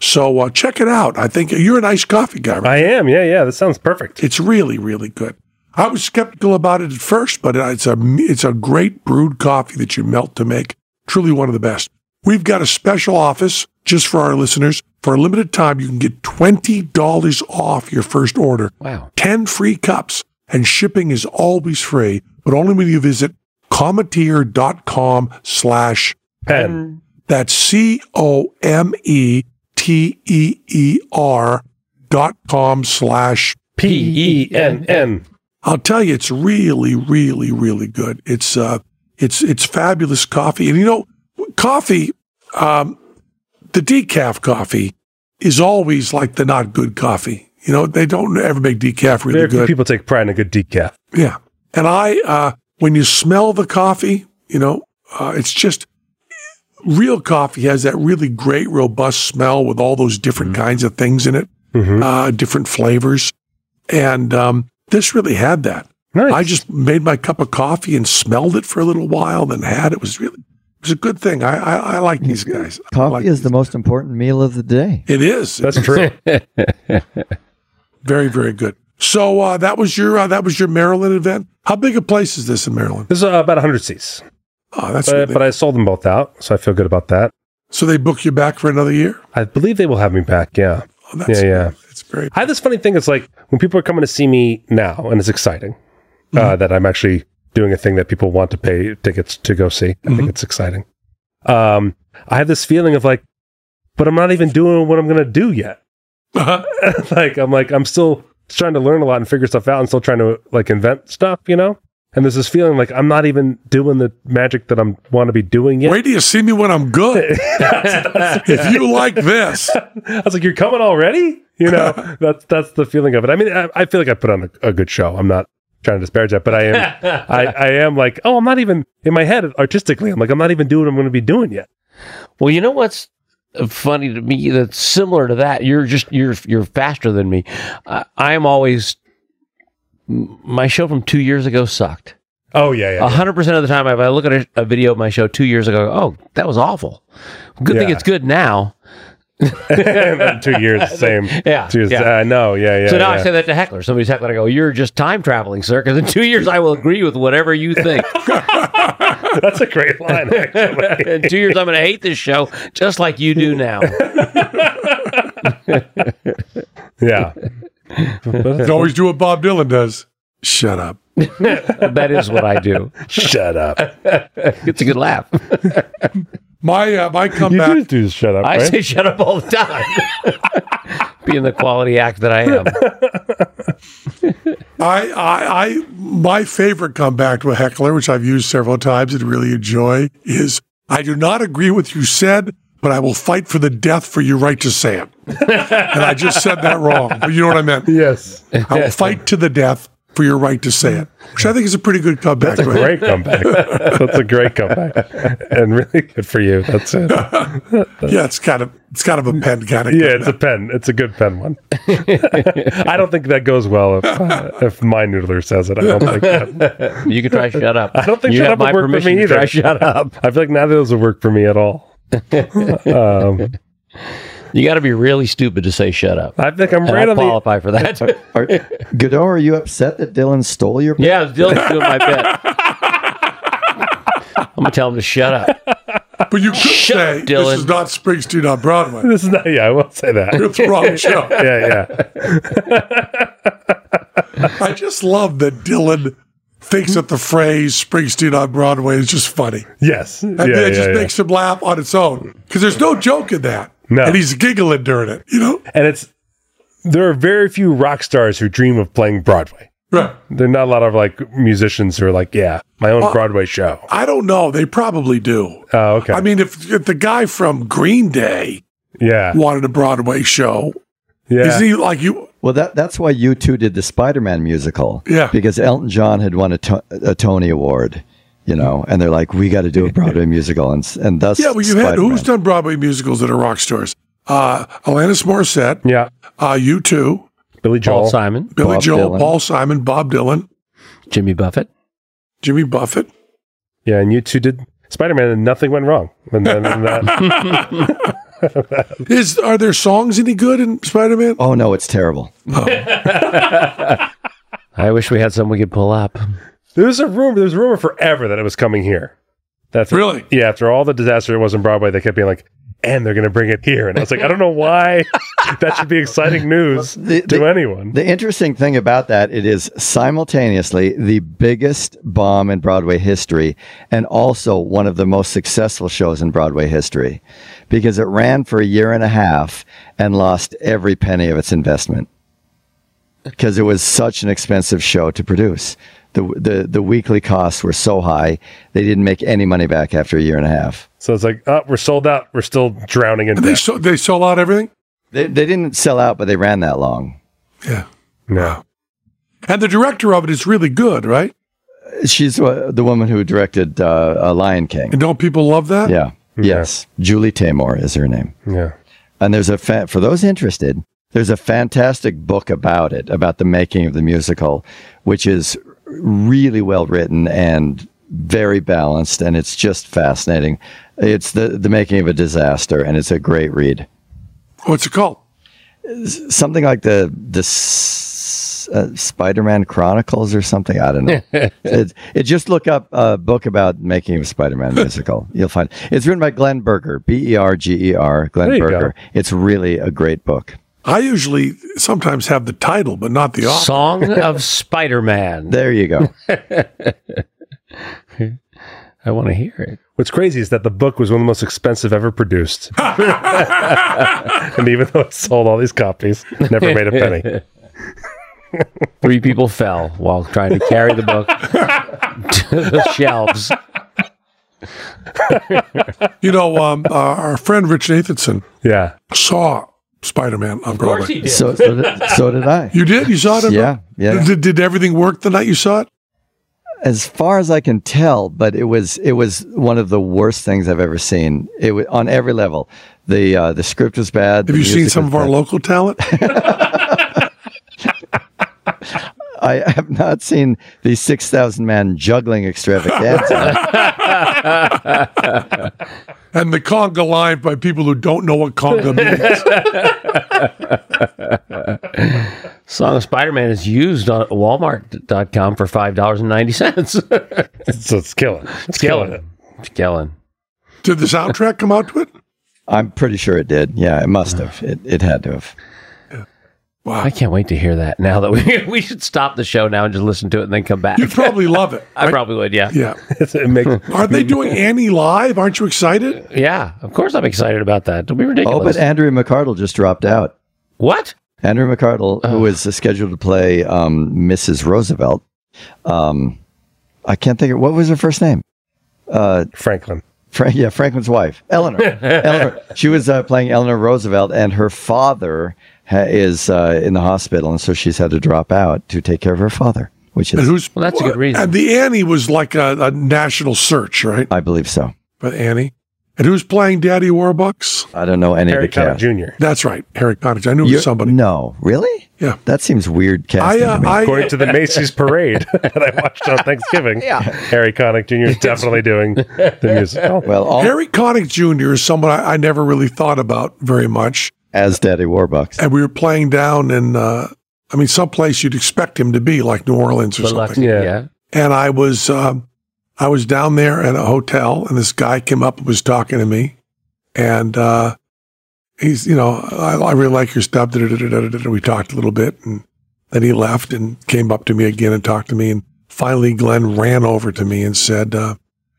[SPEAKER 2] So uh, check it out. I think you're an iced coffee guy, right?
[SPEAKER 1] I am. Yeah, yeah. That sounds perfect.
[SPEAKER 2] It's really, really good. I was skeptical about it at first, but it's a it's a great brewed coffee that you melt to make. Truly one of the best. We've got a special office just for our listeners. For a limited time, you can get twenty dollars off your first order,
[SPEAKER 3] Wow.
[SPEAKER 2] 10 free cups, and shipping is always free, but only when you visit cometeer.com slash
[SPEAKER 1] Pen.
[SPEAKER 2] that's C O M E T E E R dot com slash
[SPEAKER 1] P E N N.
[SPEAKER 2] I'll tell you, it's really, really, really good. It's uh, it's it's fabulous coffee, and you know, coffee, um, the decaf coffee is always like the not good coffee. You know, they don't ever make decaf really
[SPEAKER 1] Very few
[SPEAKER 2] good.
[SPEAKER 1] people take pride in a good decaf.
[SPEAKER 2] Yeah. And I, uh, when you smell the coffee, you know, uh, it's just real coffee has that really great, robust smell with all those different kinds of things in it,
[SPEAKER 1] Mhm.
[SPEAKER 2] uh, different flavors. And um, this really had that.
[SPEAKER 1] Nice.
[SPEAKER 2] I just made my cup of coffee and smelled it for a little while, then had it. It was really, it was a good thing. I, I, I like these guys. I
[SPEAKER 4] Coffee
[SPEAKER 2] like
[SPEAKER 4] is the
[SPEAKER 2] these-
[SPEAKER 4] most important meal of the day.
[SPEAKER 2] It is.
[SPEAKER 1] That's true.
[SPEAKER 2] very, very good. So uh, that was your uh, that was your Maryland event. How big a place is this in Maryland?
[SPEAKER 1] This is uh, about 100 seats,
[SPEAKER 2] Oh, that's
[SPEAKER 1] but,
[SPEAKER 2] really
[SPEAKER 1] Uh, but I sold them both out, so I feel good about that.
[SPEAKER 2] So they book you back for another year?
[SPEAKER 1] I believe they will have me back. Yeah.
[SPEAKER 2] Oh, that's,
[SPEAKER 1] Yeah, yeah.
[SPEAKER 2] It's very.
[SPEAKER 1] I have this funny thing. It's like when people are coming to see me now, and it's exciting uh, that I'm actually doing a thing that people want to pay tickets to go see. I think it's exciting. Um, I have this feeling of like, but I'm not even doing what I'm going to do yet. like I'm like I'm still trying to learn a lot and figure stuff out, and still trying to like invent stuff, you know. And there's this feeling like I'm not even doing the magic that I'm want to be doing yet.
[SPEAKER 2] Wait till you see me when I'm good. if you like this,
[SPEAKER 1] I was like, "You're coming already?" You know, that's that's the feeling of it. I mean, I, I feel like I put on a, a good show. I'm not trying to disparage that, but I am, I, I am like, oh, I'm not even in my head artistically. I'm like, I'm not even doing what I'm going to be doing yet.
[SPEAKER 3] Well, you know what's uh, funny to me that's similar to that. You're just you're you're faster than me. I I'm always m- my show from two years ago sucked.
[SPEAKER 1] Oh yeah, yeah.
[SPEAKER 3] A hundred percent of the time, if I look at a, a video of my show two years ago, oh, that was awful. Good thing
[SPEAKER 1] Yeah.
[SPEAKER 3] it's good now.
[SPEAKER 1] And then two years, same.
[SPEAKER 3] Yeah,
[SPEAKER 1] two years.
[SPEAKER 3] yeah.
[SPEAKER 1] I know. Yeah, yeah.
[SPEAKER 3] so now I
[SPEAKER 1] yeah.
[SPEAKER 3] say that to hecklers. Somebody's heckling. I go, "You're just time traveling, sir." Because in two years, I will agree with whatever you think.
[SPEAKER 1] that's a great line. Actually.
[SPEAKER 3] in two years, I'm going to hate this show just like you do now.
[SPEAKER 1] yeah,
[SPEAKER 2] you always do what Bob Dylan does. Shut up.
[SPEAKER 3] that is what I do.
[SPEAKER 1] shut up.
[SPEAKER 3] It's a good laugh.
[SPEAKER 2] My uh, my
[SPEAKER 1] You
[SPEAKER 2] comeback.
[SPEAKER 1] do do shut up,
[SPEAKER 3] I
[SPEAKER 1] right?
[SPEAKER 3] say shut up all the time. Being the quality act that I am.
[SPEAKER 2] I, I, I, my favorite comeback to a heckler, which I've used several times and really enjoy, is I do not agree with you said, but I will fight for the death for your right to say it. and I just said that wrong, but you know what I meant.
[SPEAKER 1] yes,
[SPEAKER 2] I will fight to the death for your right to say it, which I think is a pretty good comeback. to a heckler.
[SPEAKER 1] great comeback. that's a great comeback, and really good for you. That's it.
[SPEAKER 2] Yeah, it's kind of it's kind of a pen kind of
[SPEAKER 1] Yeah, it's a pen. It's a good pen one. I don't think that goes well if uh, if my noodler says it. I don't think that.
[SPEAKER 3] You can try shut up. I
[SPEAKER 1] don't think
[SPEAKER 3] you
[SPEAKER 1] shut
[SPEAKER 3] have
[SPEAKER 1] up would
[SPEAKER 3] my
[SPEAKER 1] work for me
[SPEAKER 3] permission to Try
[SPEAKER 1] either.
[SPEAKER 3] shut up.
[SPEAKER 1] I feel like neither of those would work for me at all. um,
[SPEAKER 3] You got to be really stupid to say shut up.
[SPEAKER 1] I think I'm
[SPEAKER 3] And
[SPEAKER 1] right
[SPEAKER 3] I
[SPEAKER 1] on the.
[SPEAKER 3] qualify for that.
[SPEAKER 4] Are, Godot, are you upset that Dylan stole your?
[SPEAKER 3] yeah, Dylan's doing my bit. gonna tell him to shut up.
[SPEAKER 2] But you could
[SPEAKER 3] Shut
[SPEAKER 2] say
[SPEAKER 3] up, Dylan.
[SPEAKER 2] this is not Springsteen on Broadway.
[SPEAKER 1] This is not. Yeah, I will say that.
[SPEAKER 2] It's the wrong show.
[SPEAKER 1] yeah, yeah.
[SPEAKER 2] I just love that Dylan thinks that the phrase Springsteen on Broadway is just funny.
[SPEAKER 1] Yes. yeah,
[SPEAKER 2] And
[SPEAKER 1] yeah,
[SPEAKER 2] it just
[SPEAKER 1] yeah.
[SPEAKER 2] makes him laugh on its own because there's no joke in that.
[SPEAKER 1] No.
[SPEAKER 2] And he's giggling during it, you know?
[SPEAKER 1] and it's there are very few rock stars who dream of playing Broadway.
[SPEAKER 2] Right.
[SPEAKER 1] There are not a lot of like musicians who are like, yeah, my own
[SPEAKER 2] Oh.
[SPEAKER 1] Broadway show.
[SPEAKER 2] I don't know. They probably do.
[SPEAKER 1] Oh, okay.
[SPEAKER 2] I mean, if, if the guy from Green Day
[SPEAKER 1] yeah,
[SPEAKER 2] wanted a Broadway show,
[SPEAKER 1] yeah.
[SPEAKER 2] is he like you?
[SPEAKER 4] Well, that that's why you two did the Spider-Man musical.
[SPEAKER 2] Yeah.
[SPEAKER 4] Because Elton John had won a, to- a Tony Award, you know, and they're like, we got to do a Broadway musical, and s- and thus
[SPEAKER 2] Yeah, well, you had
[SPEAKER 4] Spider-Man.
[SPEAKER 2] who's done Broadway musicals that are rock stars? Uh, Alanis Morissette,
[SPEAKER 1] yeah.
[SPEAKER 2] uh, you two,
[SPEAKER 1] Billy
[SPEAKER 3] Paul
[SPEAKER 1] Joel.
[SPEAKER 3] Simon,
[SPEAKER 2] Billy
[SPEAKER 4] Bob
[SPEAKER 2] Joel,
[SPEAKER 4] Dylan.
[SPEAKER 2] Paul Simon, Bob Dylan,
[SPEAKER 3] Jimmy Buffett.
[SPEAKER 2] Jimmy Buffett.
[SPEAKER 1] Yeah, and you two did Spider Man, and nothing went wrong. And then and uh, that,
[SPEAKER 2] Is are their songs any good in Spider Man?
[SPEAKER 4] Oh no, it's terrible.
[SPEAKER 3] I wish we had someone we could pull up.
[SPEAKER 1] there was a rumor. There was a rumor forever that it was coming here. That's
[SPEAKER 2] Really?
[SPEAKER 1] Yeah. After all the disaster it was in Broadway, they kept being like, and they're going to bring it here. And I was like, I don't know why that should be exciting news
[SPEAKER 4] The-
[SPEAKER 1] to
[SPEAKER 4] the-
[SPEAKER 1] anyone.
[SPEAKER 4] The interesting thing about that it is simultaneously the biggest bomb in Broadway history and also one of the most successful shows in Broadway history because it ran for a year and a half and lost every penny of its investment because it was such an expensive show to produce. The, the the weekly costs were so high they didn't make any money back after a year and a half.
[SPEAKER 1] so it's like, oh, we're sold out. We're still drowning in
[SPEAKER 2] They
[SPEAKER 1] debt.
[SPEAKER 2] so, they sold out everything.
[SPEAKER 4] They, they didn't sell out, but they ran that long.
[SPEAKER 2] Yeah,
[SPEAKER 1] no.
[SPEAKER 2] and the director of it is really good, right?
[SPEAKER 4] She's uh, the woman who directed uh, uh, Lion King.
[SPEAKER 2] And don't people love that?
[SPEAKER 4] Yeah. Yes. Julie Taymor is her name.
[SPEAKER 1] Yeah.
[SPEAKER 4] And there's a fa- for those interested, there's a fantastic book about it, about the making of the musical, which is really well written and very balanced and it's just fascinating. It's the the making of a disaster and it's a great read.
[SPEAKER 2] What's it called?
[SPEAKER 4] Something like the the s- uh, Spider-Man Chronicles or something, I don't know. it, it just look up a book about making a Spider-Man musical. You'll find it's written by Glenn Berger, B E R G E R,
[SPEAKER 1] There
[SPEAKER 4] Glenn
[SPEAKER 1] you go.
[SPEAKER 4] Berger. It's really a great book.
[SPEAKER 2] I usually sometimes have the title, but not the author.
[SPEAKER 3] Song of Spider Man.
[SPEAKER 4] There you go.
[SPEAKER 3] I want to hear it.
[SPEAKER 1] What's crazy is that the book was one of the most expensive ever produced. and even though it sold all these copies, never made a penny.
[SPEAKER 3] Three people fell while trying to carry the book to the shelves.
[SPEAKER 2] You know, um, uh, our friend Rich Nathanson
[SPEAKER 1] Yeah.
[SPEAKER 2] saw Spider Man on Broadway.
[SPEAKER 4] So so did, so did I.
[SPEAKER 2] You did? You saw it? on
[SPEAKER 4] Yeah,
[SPEAKER 2] Broadway?
[SPEAKER 4] yeah.
[SPEAKER 2] Did, did everything work the night you saw it?
[SPEAKER 4] As far as I can tell, but it was it was one of the worst things I've ever seen. It was on every level. The uh, the script was bad.
[SPEAKER 2] Have you seen some of our local talent?
[SPEAKER 4] I have not seen the six thousand man juggling extravaganza.
[SPEAKER 2] and the conga line by people who don't know what conga means.
[SPEAKER 3] Song of Spider Man is used on Walmart.com for $5.90.
[SPEAKER 1] So it's killing. It's, killing, it.
[SPEAKER 3] It's killing.
[SPEAKER 2] Did the soundtrack come out to it?
[SPEAKER 4] I'm pretty sure it did. Yeah, it must have. It it had to have.
[SPEAKER 2] Wow.
[SPEAKER 3] I can't wait to hear that now that we, we should stop the show now and just listen to it and then come back.
[SPEAKER 2] You'd probably love it.
[SPEAKER 3] I probably would, yeah.
[SPEAKER 2] Yeah.
[SPEAKER 1] it makes,
[SPEAKER 2] Are they doing Annie live? Aren't you excited?
[SPEAKER 3] Yeah, of course I'm excited about that. Don't be
[SPEAKER 4] Oh,
[SPEAKER 3] ridiculous.
[SPEAKER 4] but Andrew McCardle just dropped out.
[SPEAKER 3] what?
[SPEAKER 4] Andrew McCardle, who was scheduled to play um, Mrs. Roosevelt, um, I can't think of what was her first name. Uh,
[SPEAKER 1] Franklin.
[SPEAKER 4] Frank, yeah, Franklin's wife, Eleanor. Eleanor. She was uh, playing Eleanor Roosevelt, and her father ha- is uh, in the hospital, and so she's had to drop out to take care of her father, which
[SPEAKER 2] And
[SPEAKER 4] is,
[SPEAKER 2] who's
[SPEAKER 3] Well, that's a good reason.
[SPEAKER 2] And the Annie was like a, a national search, right?
[SPEAKER 4] I believe so.
[SPEAKER 2] But Annie. And who's playing Daddy Warbucks?
[SPEAKER 4] I don't know any
[SPEAKER 1] Harry
[SPEAKER 4] of the cast.
[SPEAKER 1] Connick Jr.
[SPEAKER 2] That's right, Harry Connick. I knew it
[SPEAKER 4] You're-
[SPEAKER 2] was somebody.
[SPEAKER 4] No, really?
[SPEAKER 2] Yeah.
[SPEAKER 4] That seems weird
[SPEAKER 2] I,
[SPEAKER 4] casting
[SPEAKER 2] uh,
[SPEAKER 4] to me.
[SPEAKER 2] I,
[SPEAKER 1] According to the Macy's parade that I watched on Thanksgiving, Harry Connick Jr. is definitely doing the musical.
[SPEAKER 4] well, all
[SPEAKER 2] Harry Connick Jr. is someone I, I never really thought about very much.
[SPEAKER 4] as Daddy Warbucks.
[SPEAKER 2] And we were playing down in, uh, I mean, someplace you'd expect him to be, like New Orleans or
[SPEAKER 3] But
[SPEAKER 2] something.
[SPEAKER 3] lucky, yeah.
[SPEAKER 2] And I was, um, I was down there at a hotel, and this guy came up and was talking to me, and uh, he's, you know, I, I really like your stuff. da-da-da-da-da-da-da." We talked a little bit, and then he left and came up to me again and talked to me, and finally Glenn ran over to me and said, uh,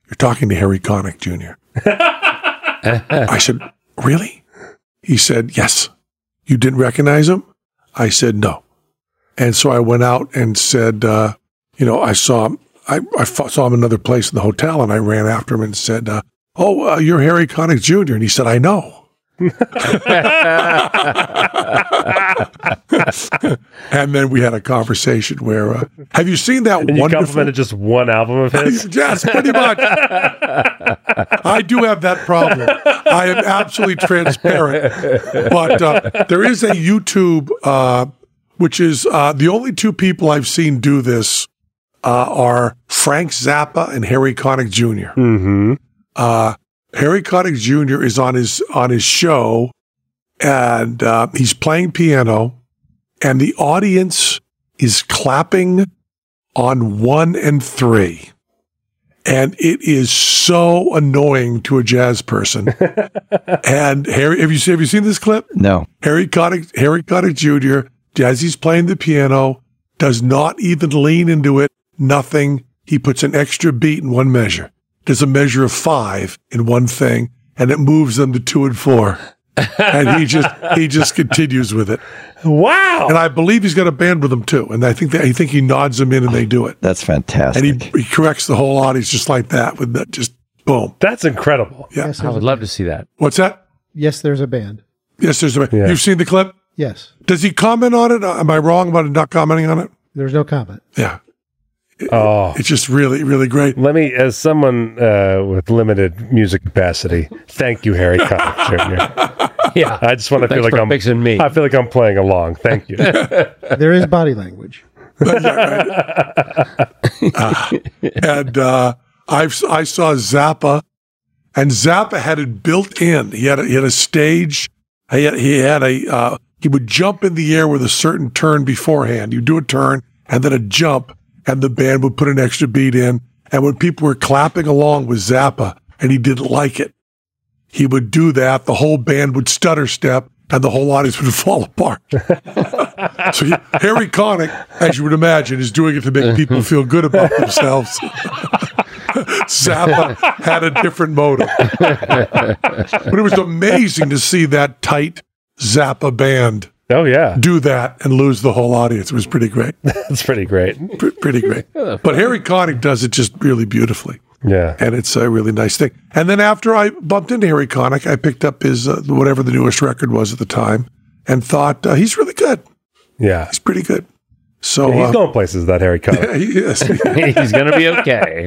[SPEAKER 2] "You're talking to Harry Connick Jr." I said, Really? He said, Yes. You didn't recognize him? I said, No. And so I went out and said, uh, You know, I saw him. I, I fo- saw him another place in the hotel and I ran after him and said, uh, Oh, uh, you're Harry Connick Jr. And he said, I know. and then we had a conversation where, uh, Have you seen that
[SPEAKER 1] And you
[SPEAKER 2] wonderful
[SPEAKER 1] complimented just one album of his.
[SPEAKER 2] yes, pretty much. I do have that problem. I am absolutely transparent. But uh, there is a YouTube, uh, which is uh, the only two people I've seen do this uh, are Frank Zappa and Harry Connick Jr.
[SPEAKER 1] mm-hmm.
[SPEAKER 2] Uh, Harry Connick Jr. is on his on his show, and uh, he's playing piano, and the audience is clapping on one and three, and it is so annoying to a jazz person. and Harry, have you have you seen this clip?
[SPEAKER 4] No.
[SPEAKER 2] Harry Connick, Harry Connick Jr., as he's playing the piano, does not even lean into it, nothing. He puts an extra beat in one measure, does a measure of five in one thing, and it moves them to two and four. and he just he just continues with it.
[SPEAKER 1] Wow.
[SPEAKER 2] And I believe he's got a band with him too. And I think that I think he nods them in and they do it.
[SPEAKER 4] That's
[SPEAKER 2] And
[SPEAKER 4] fantastic.
[SPEAKER 2] he, he corrects the whole audience just like that with that just boom.
[SPEAKER 1] That's incredible.
[SPEAKER 2] Yeah.
[SPEAKER 6] Yes,
[SPEAKER 7] I
[SPEAKER 6] there's
[SPEAKER 7] would
[SPEAKER 6] a,
[SPEAKER 7] love to see that.
[SPEAKER 2] What's that?
[SPEAKER 6] yes, there's a band.
[SPEAKER 2] Yes, there's a
[SPEAKER 1] Yeah.
[SPEAKER 2] You've seen the clip?
[SPEAKER 6] Yes,
[SPEAKER 2] Does he comment on it? Am I wrong about not commenting on it?
[SPEAKER 6] there's no comment.
[SPEAKER 2] Yeah.
[SPEAKER 1] Oh.
[SPEAKER 2] It's just really, really great.
[SPEAKER 1] Let me, as someone uh, with limited music capacity, thank you, Harry Connick Jr.
[SPEAKER 7] Yeah.
[SPEAKER 1] I just want to feel
[SPEAKER 7] Thanks
[SPEAKER 1] like
[SPEAKER 7] for
[SPEAKER 1] I'm
[SPEAKER 7] fixing me.
[SPEAKER 1] I feel like I'm playing along. Thank you.
[SPEAKER 6] There is body language.
[SPEAKER 2] And uh, I've I saw Zappa, and Zappa had it built in. He had a, he had a stage. He had, he had a uh, he would jump in the air with a certain turn beforehand. You do a turn and then a jump, and the band would put an extra beat in. And when people were clapping along with Zappa, and he didn't like it, he would do that. The whole band would stutter step, and the whole audience would fall apart. So he- Harry Connick, as you would imagine, is doing it to make people feel good about themselves. Zappa had a different motive. but it was amazing to see that tight Zappa band
[SPEAKER 1] oh yeah,
[SPEAKER 2] do that and lose the whole audience. It was pretty great.
[SPEAKER 1] that's pretty great.
[SPEAKER 2] Pre- pretty great. But Harry Connick does it just really beautifully.
[SPEAKER 1] Yeah.
[SPEAKER 2] And it's a really nice thing. And then after I bumped into Harry Connick, I picked up his, uh, whatever the newest record was at the time, and thought, uh, he's really good.
[SPEAKER 1] Yeah.
[SPEAKER 2] He's pretty good. So
[SPEAKER 1] He's
[SPEAKER 2] uh,
[SPEAKER 1] going places that Harry Connick.
[SPEAKER 2] yes.
[SPEAKER 7] He's going to be okay.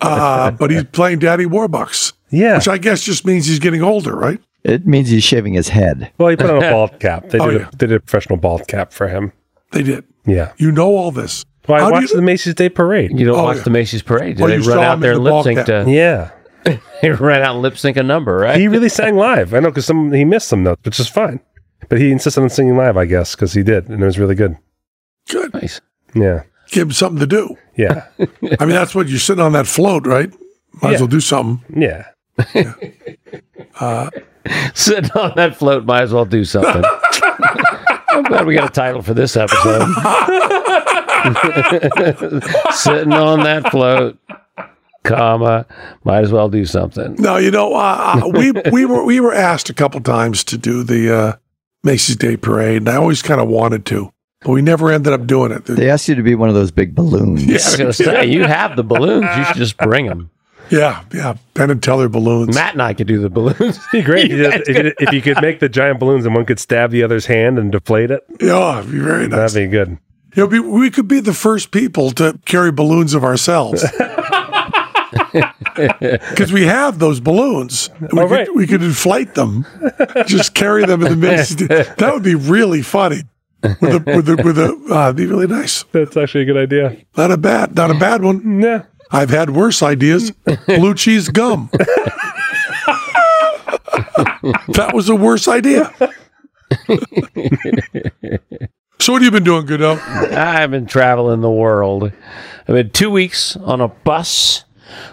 [SPEAKER 2] Uh, but he's playing Daddy Warbucks,
[SPEAKER 1] Yeah.
[SPEAKER 2] which I guess just means he's getting older, right?
[SPEAKER 4] it means he's shaving his head.
[SPEAKER 1] Well, he put on a bald cap. They did,
[SPEAKER 2] Oh,
[SPEAKER 1] a,
[SPEAKER 2] yeah.
[SPEAKER 1] they did a professional bald cap for him.
[SPEAKER 2] They did.
[SPEAKER 1] Yeah.
[SPEAKER 2] You know all this.
[SPEAKER 1] Well, I
[SPEAKER 2] How do
[SPEAKER 1] watched
[SPEAKER 2] you-
[SPEAKER 1] the Macy's Day Parade.
[SPEAKER 7] You don't
[SPEAKER 2] Oh,
[SPEAKER 7] watch
[SPEAKER 2] yeah.
[SPEAKER 7] the Macy's parade.
[SPEAKER 2] Oh,
[SPEAKER 7] they
[SPEAKER 2] you
[SPEAKER 7] run
[SPEAKER 2] saw
[SPEAKER 7] out
[SPEAKER 2] him
[SPEAKER 7] there
[SPEAKER 2] in
[SPEAKER 7] and
[SPEAKER 2] the
[SPEAKER 7] lip sync
[SPEAKER 2] ball
[SPEAKER 7] to.
[SPEAKER 1] Yeah.
[SPEAKER 7] They run out and lip sync a number, right?
[SPEAKER 1] He really sang live. I know because some he missed some notes, which is fine. But he insisted on singing live, I guess, because he did, and it was really good.
[SPEAKER 2] Good.
[SPEAKER 7] nice.
[SPEAKER 1] Yeah.
[SPEAKER 2] Give him something to do.
[SPEAKER 1] Yeah.
[SPEAKER 2] I mean, that's what you're sitting on that float, right? Might
[SPEAKER 1] Yeah.
[SPEAKER 2] as well do something.
[SPEAKER 1] yeah.
[SPEAKER 7] Sitting on "Oh, that float, might as well do something. I'm glad we got a title for this episode. Sitting on that float, comma, might as well do something.
[SPEAKER 2] No, you know, uh, uh, we we were we were asked a couple times to do the uh, Macy's Day Parade, and I always kind of wanted to, but we never ended up doing it.
[SPEAKER 4] They asked you to be one of those big balloons.
[SPEAKER 7] I was gonna say you have the balloons. You should just bring them.
[SPEAKER 2] Yeah, yeah. Ben and Teller balloons.
[SPEAKER 7] Matt and I could do the balloons.
[SPEAKER 1] It'd be great if you, did- if, you did- if you could make the giant balloons and one could stab the other's hand and deflate it.
[SPEAKER 2] Yeah, it'd be very nice.
[SPEAKER 1] That'd be good.
[SPEAKER 2] You know, we, we could be the first people to carry balloons of ourselves. Because we have those balloons. We,
[SPEAKER 1] Oh,
[SPEAKER 2] could,
[SPEAKER 1] right.
[SPEAKER 2] we could inflate them, just carry them in the midst. That would be really funny. With a, with a, with a, uh, it'd be really nice.
[SPEAKER 1] That's actually a good idea.
[SPEAKER 2] Not a bad, not a bad one.
[SPEAKER 1] Yeah.
[SPEAKER 2] I've had worse ideas. Blue cheese gum. that was a worse idea. so what have you been doing, Goodell?
[SPEAKER 7] I've been traveling the world.
[SPEAKER 3] I've been two weeks on a bus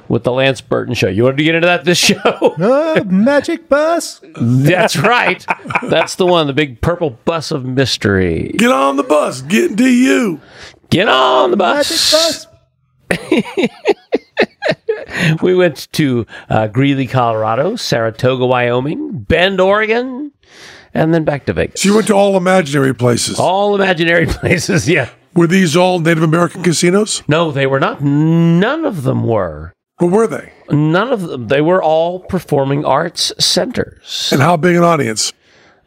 [SPEAKER 3] with the Lance Burton show. You wanted to get into that this show?
[SPEAKER 6] Oh, magic bus.
[SPEAKER 3] That's right. That's the one, the big purple bus of mystery.
[SPEAKER 7] Get on the bus. Get to you.
[SPEAKER 3] Get on the bus.
[SPEAKER 6] Magic bus.
[SPEAKER 3] We went to uh, Greeley, Colorado, Saratoga, Wyoming, Bend, Oregon, and then back to Vegas.
[SPEAKER 7] So you went to all imaginary places.
[SPEAKER 3] All imaginary places, yeah.
[SPEAKER 7] Were these all Native American casinos?
[SPEAKER 3] No, they were not. None of them were.
[SPEAKER 7] What were they?
[SPEAKER 3] None of them. They were all performing arts centers.
[SPEAKER 7] And how big an audience?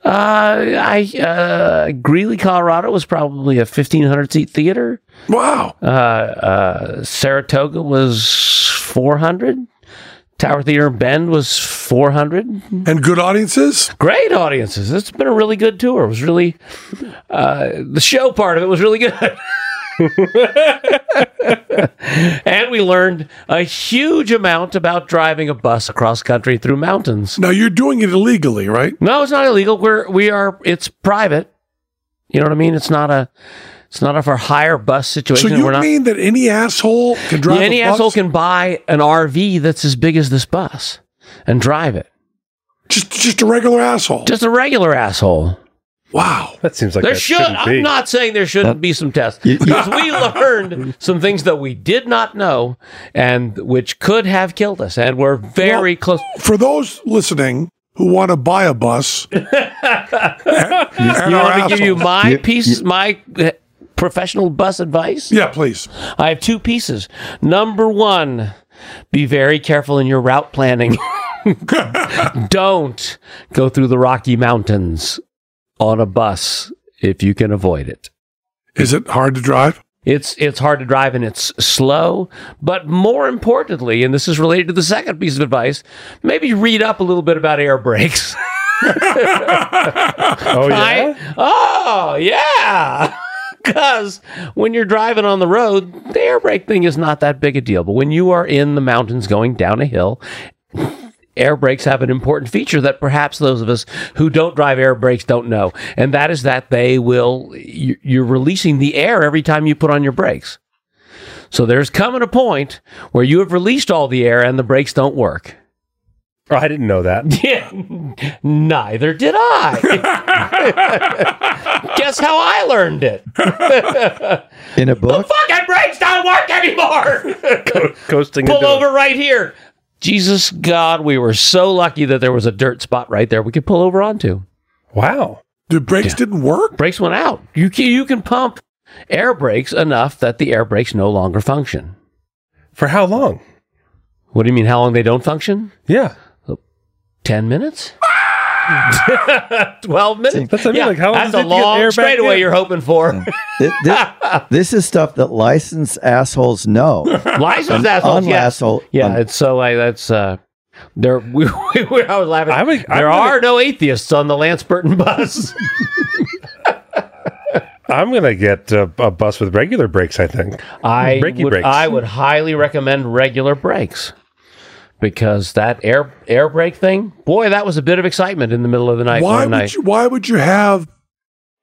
[SPEAKER 3] Uh, I uh, Greeley, Colorado was probably a fifteen hundred seat theater.
[SPEAKER 7] Wow.
[SPEAKER 3] Uh, uh, Saratoga was four hundred. Tower Theater in Bend was four hundred.
[SPEAKER 7] And good audiences?
[SPEAKER 3] great audiences. It's been a really good tour. It was really uh, the show part of it was really good. and we learned a huge amount about driving a bus across country through mountains.
[SPEAKER 7] Now you're doing it illegally, right?
[SPEAKER 3] No, it's not illegal. We're we are it's private. You know what I mean? It's not a it's not a for hire bus
[SPEAKER 7] So
[SPEAKER 3] situation.
[SPEAKER 7] you
[SPEAKER 3] We're not
[SPEAKER 7] mean that any asshole can drive
[SPEAKER 3] any
[SPEAKER 7] a bus?
[SPEAKER 3] asshole can buy an RV that's as big as this bus and drive it.
[SPEAKER 7] just just a regular asshole.
[SPEAKER 3] Just a regular asshole.
[SPEAKER 7] wow.
[SPEAKER 1] That seems like
[SPEAKER 3] There
[SPEAKER 1] that
[SPEAKER 3] should.
[SPEAKER 1] shouldn't
[SPEAKER 3] I'm
[SPEAKER 1] be.
[SPEAKER 3] not saying there shouldn't be some tests
[SPEAKER 4] You- you-
[SPEAKER 3] because we learned some things that we did not know and which could have killed us, and we're very close.
[SPEAKER 7] For those listening who want to buy a bus, and, and
[SPEAKER 3] You
[SPEAKER 7] are
[SPEAKER 3] want me to give you
[SPEAKER 7] assholes-
[SPEAKER 3] my
[SPEAKER 4] You-
[SPEAKER 3] piece, my uh, professional bus advice?
[SPEAKER 7] yeah, please.
[SPEAKER 3] I have two pieces. Number one, be very careful in your route planning. Don't go through the Rocky Mountains on a bus if you can avoid it.
[SPEAKER 7] Is it hard to drive?
[SPEAKER 3] It's it's hard to drive and it's slow, but more importantly, and this is related to the second piece of advice, maybe read up a little bit about air brakes.
[SPEAKER 1] Oh yeah.
[SPEAKER 3] I, oh yeah. Because when you're driving on the road, the air brake thing is not that big a deal. But when you are in the mountains going down a hill, air brakes have an important feature that perhaps those of us who don't drive air brakes don't know. And that is that they will, you- you're releasing the air every time you put on your brakes. So there's coming a point where you have released all the air and the brakes don't work.
[SPEAKER 1] Oh, I didn't know that.
[SPEAKER 3] Yeah, neither did I. Guess how I learned it.
[SPEAKER 4] In a book?
[SPEAKER 3] Fucking brakes don't work anymore.
[SPEAKER 1] Coasting
[SPEAKER 3] Pull
[SPEAKER 1] into-
[SPEAKER 3] over right here. Jesus God, we were so lucky that there was a dirt spot right there we could pull over onto.
[SPEAKER 1] Wow.
[SPEAKER 7] The brakes didn't work.
[SPEAKER 3] Brakes went out. You can, you can pump air brakes enough that the air brakes no longer function.
[SPEAKER 1] For how long?
[SPEAKER 3] What do you mean? How long they don't function?
[SPEAKER 1] Yeah.
[SPEAKER 3] 10 minutes? 12 minutes?
[SPEAKER 1] That's what I mean, like, how long
[SPEAKER 3] that's
[SPEAKER 1] does it
[SPEAKER 3] a
[SPEAKER 1] take to get air
[SPEAKER 3] long
[SPEAKER 1] back
[SPEAKER 3] straightaway
[SPEAKER 1] in?
[SPEAKER 3] you're hoping for.
[SPEAKER 4] Thi- thi- this is stuff that licensed assholes know.
[SPEAKER 3] License assholes,
[SPEAKER 4] on
[SPEAKER 3] yeah.
[SPEAKER 4] asshole.
[SPEAKER 3] Yeah,
[SPEAKER 7] Um,
[SPEAKER 4] on-
[SPEAKER 3] it's so like that's uh there we, we, we I was laughing.
[SPEAKER 1] I would- I
[SPEAKER 3] there
[SPEAKER 1] would-
[SPEAKER 3] are no atheists on the Lance Burton bus.
[SPEAKER 1] I'm gonna get a, a bus with regular brakes. I think.
[SPEAKER 3] I
[SPEAKER 1] Brakey
[SPEAKER 3] would
[SPEAKER 1] brakes.
[SPEAKER 3] I would highly recommend regular brakes because that air air brake thing, boy, that was a bit of excitement in the middle of the night
[SPEAKER 7] why
[SPEAKER 3] one
[SPEAKER 7] would
[SPEAKER 3] night.
[SPEAKER 7] you? Why would you have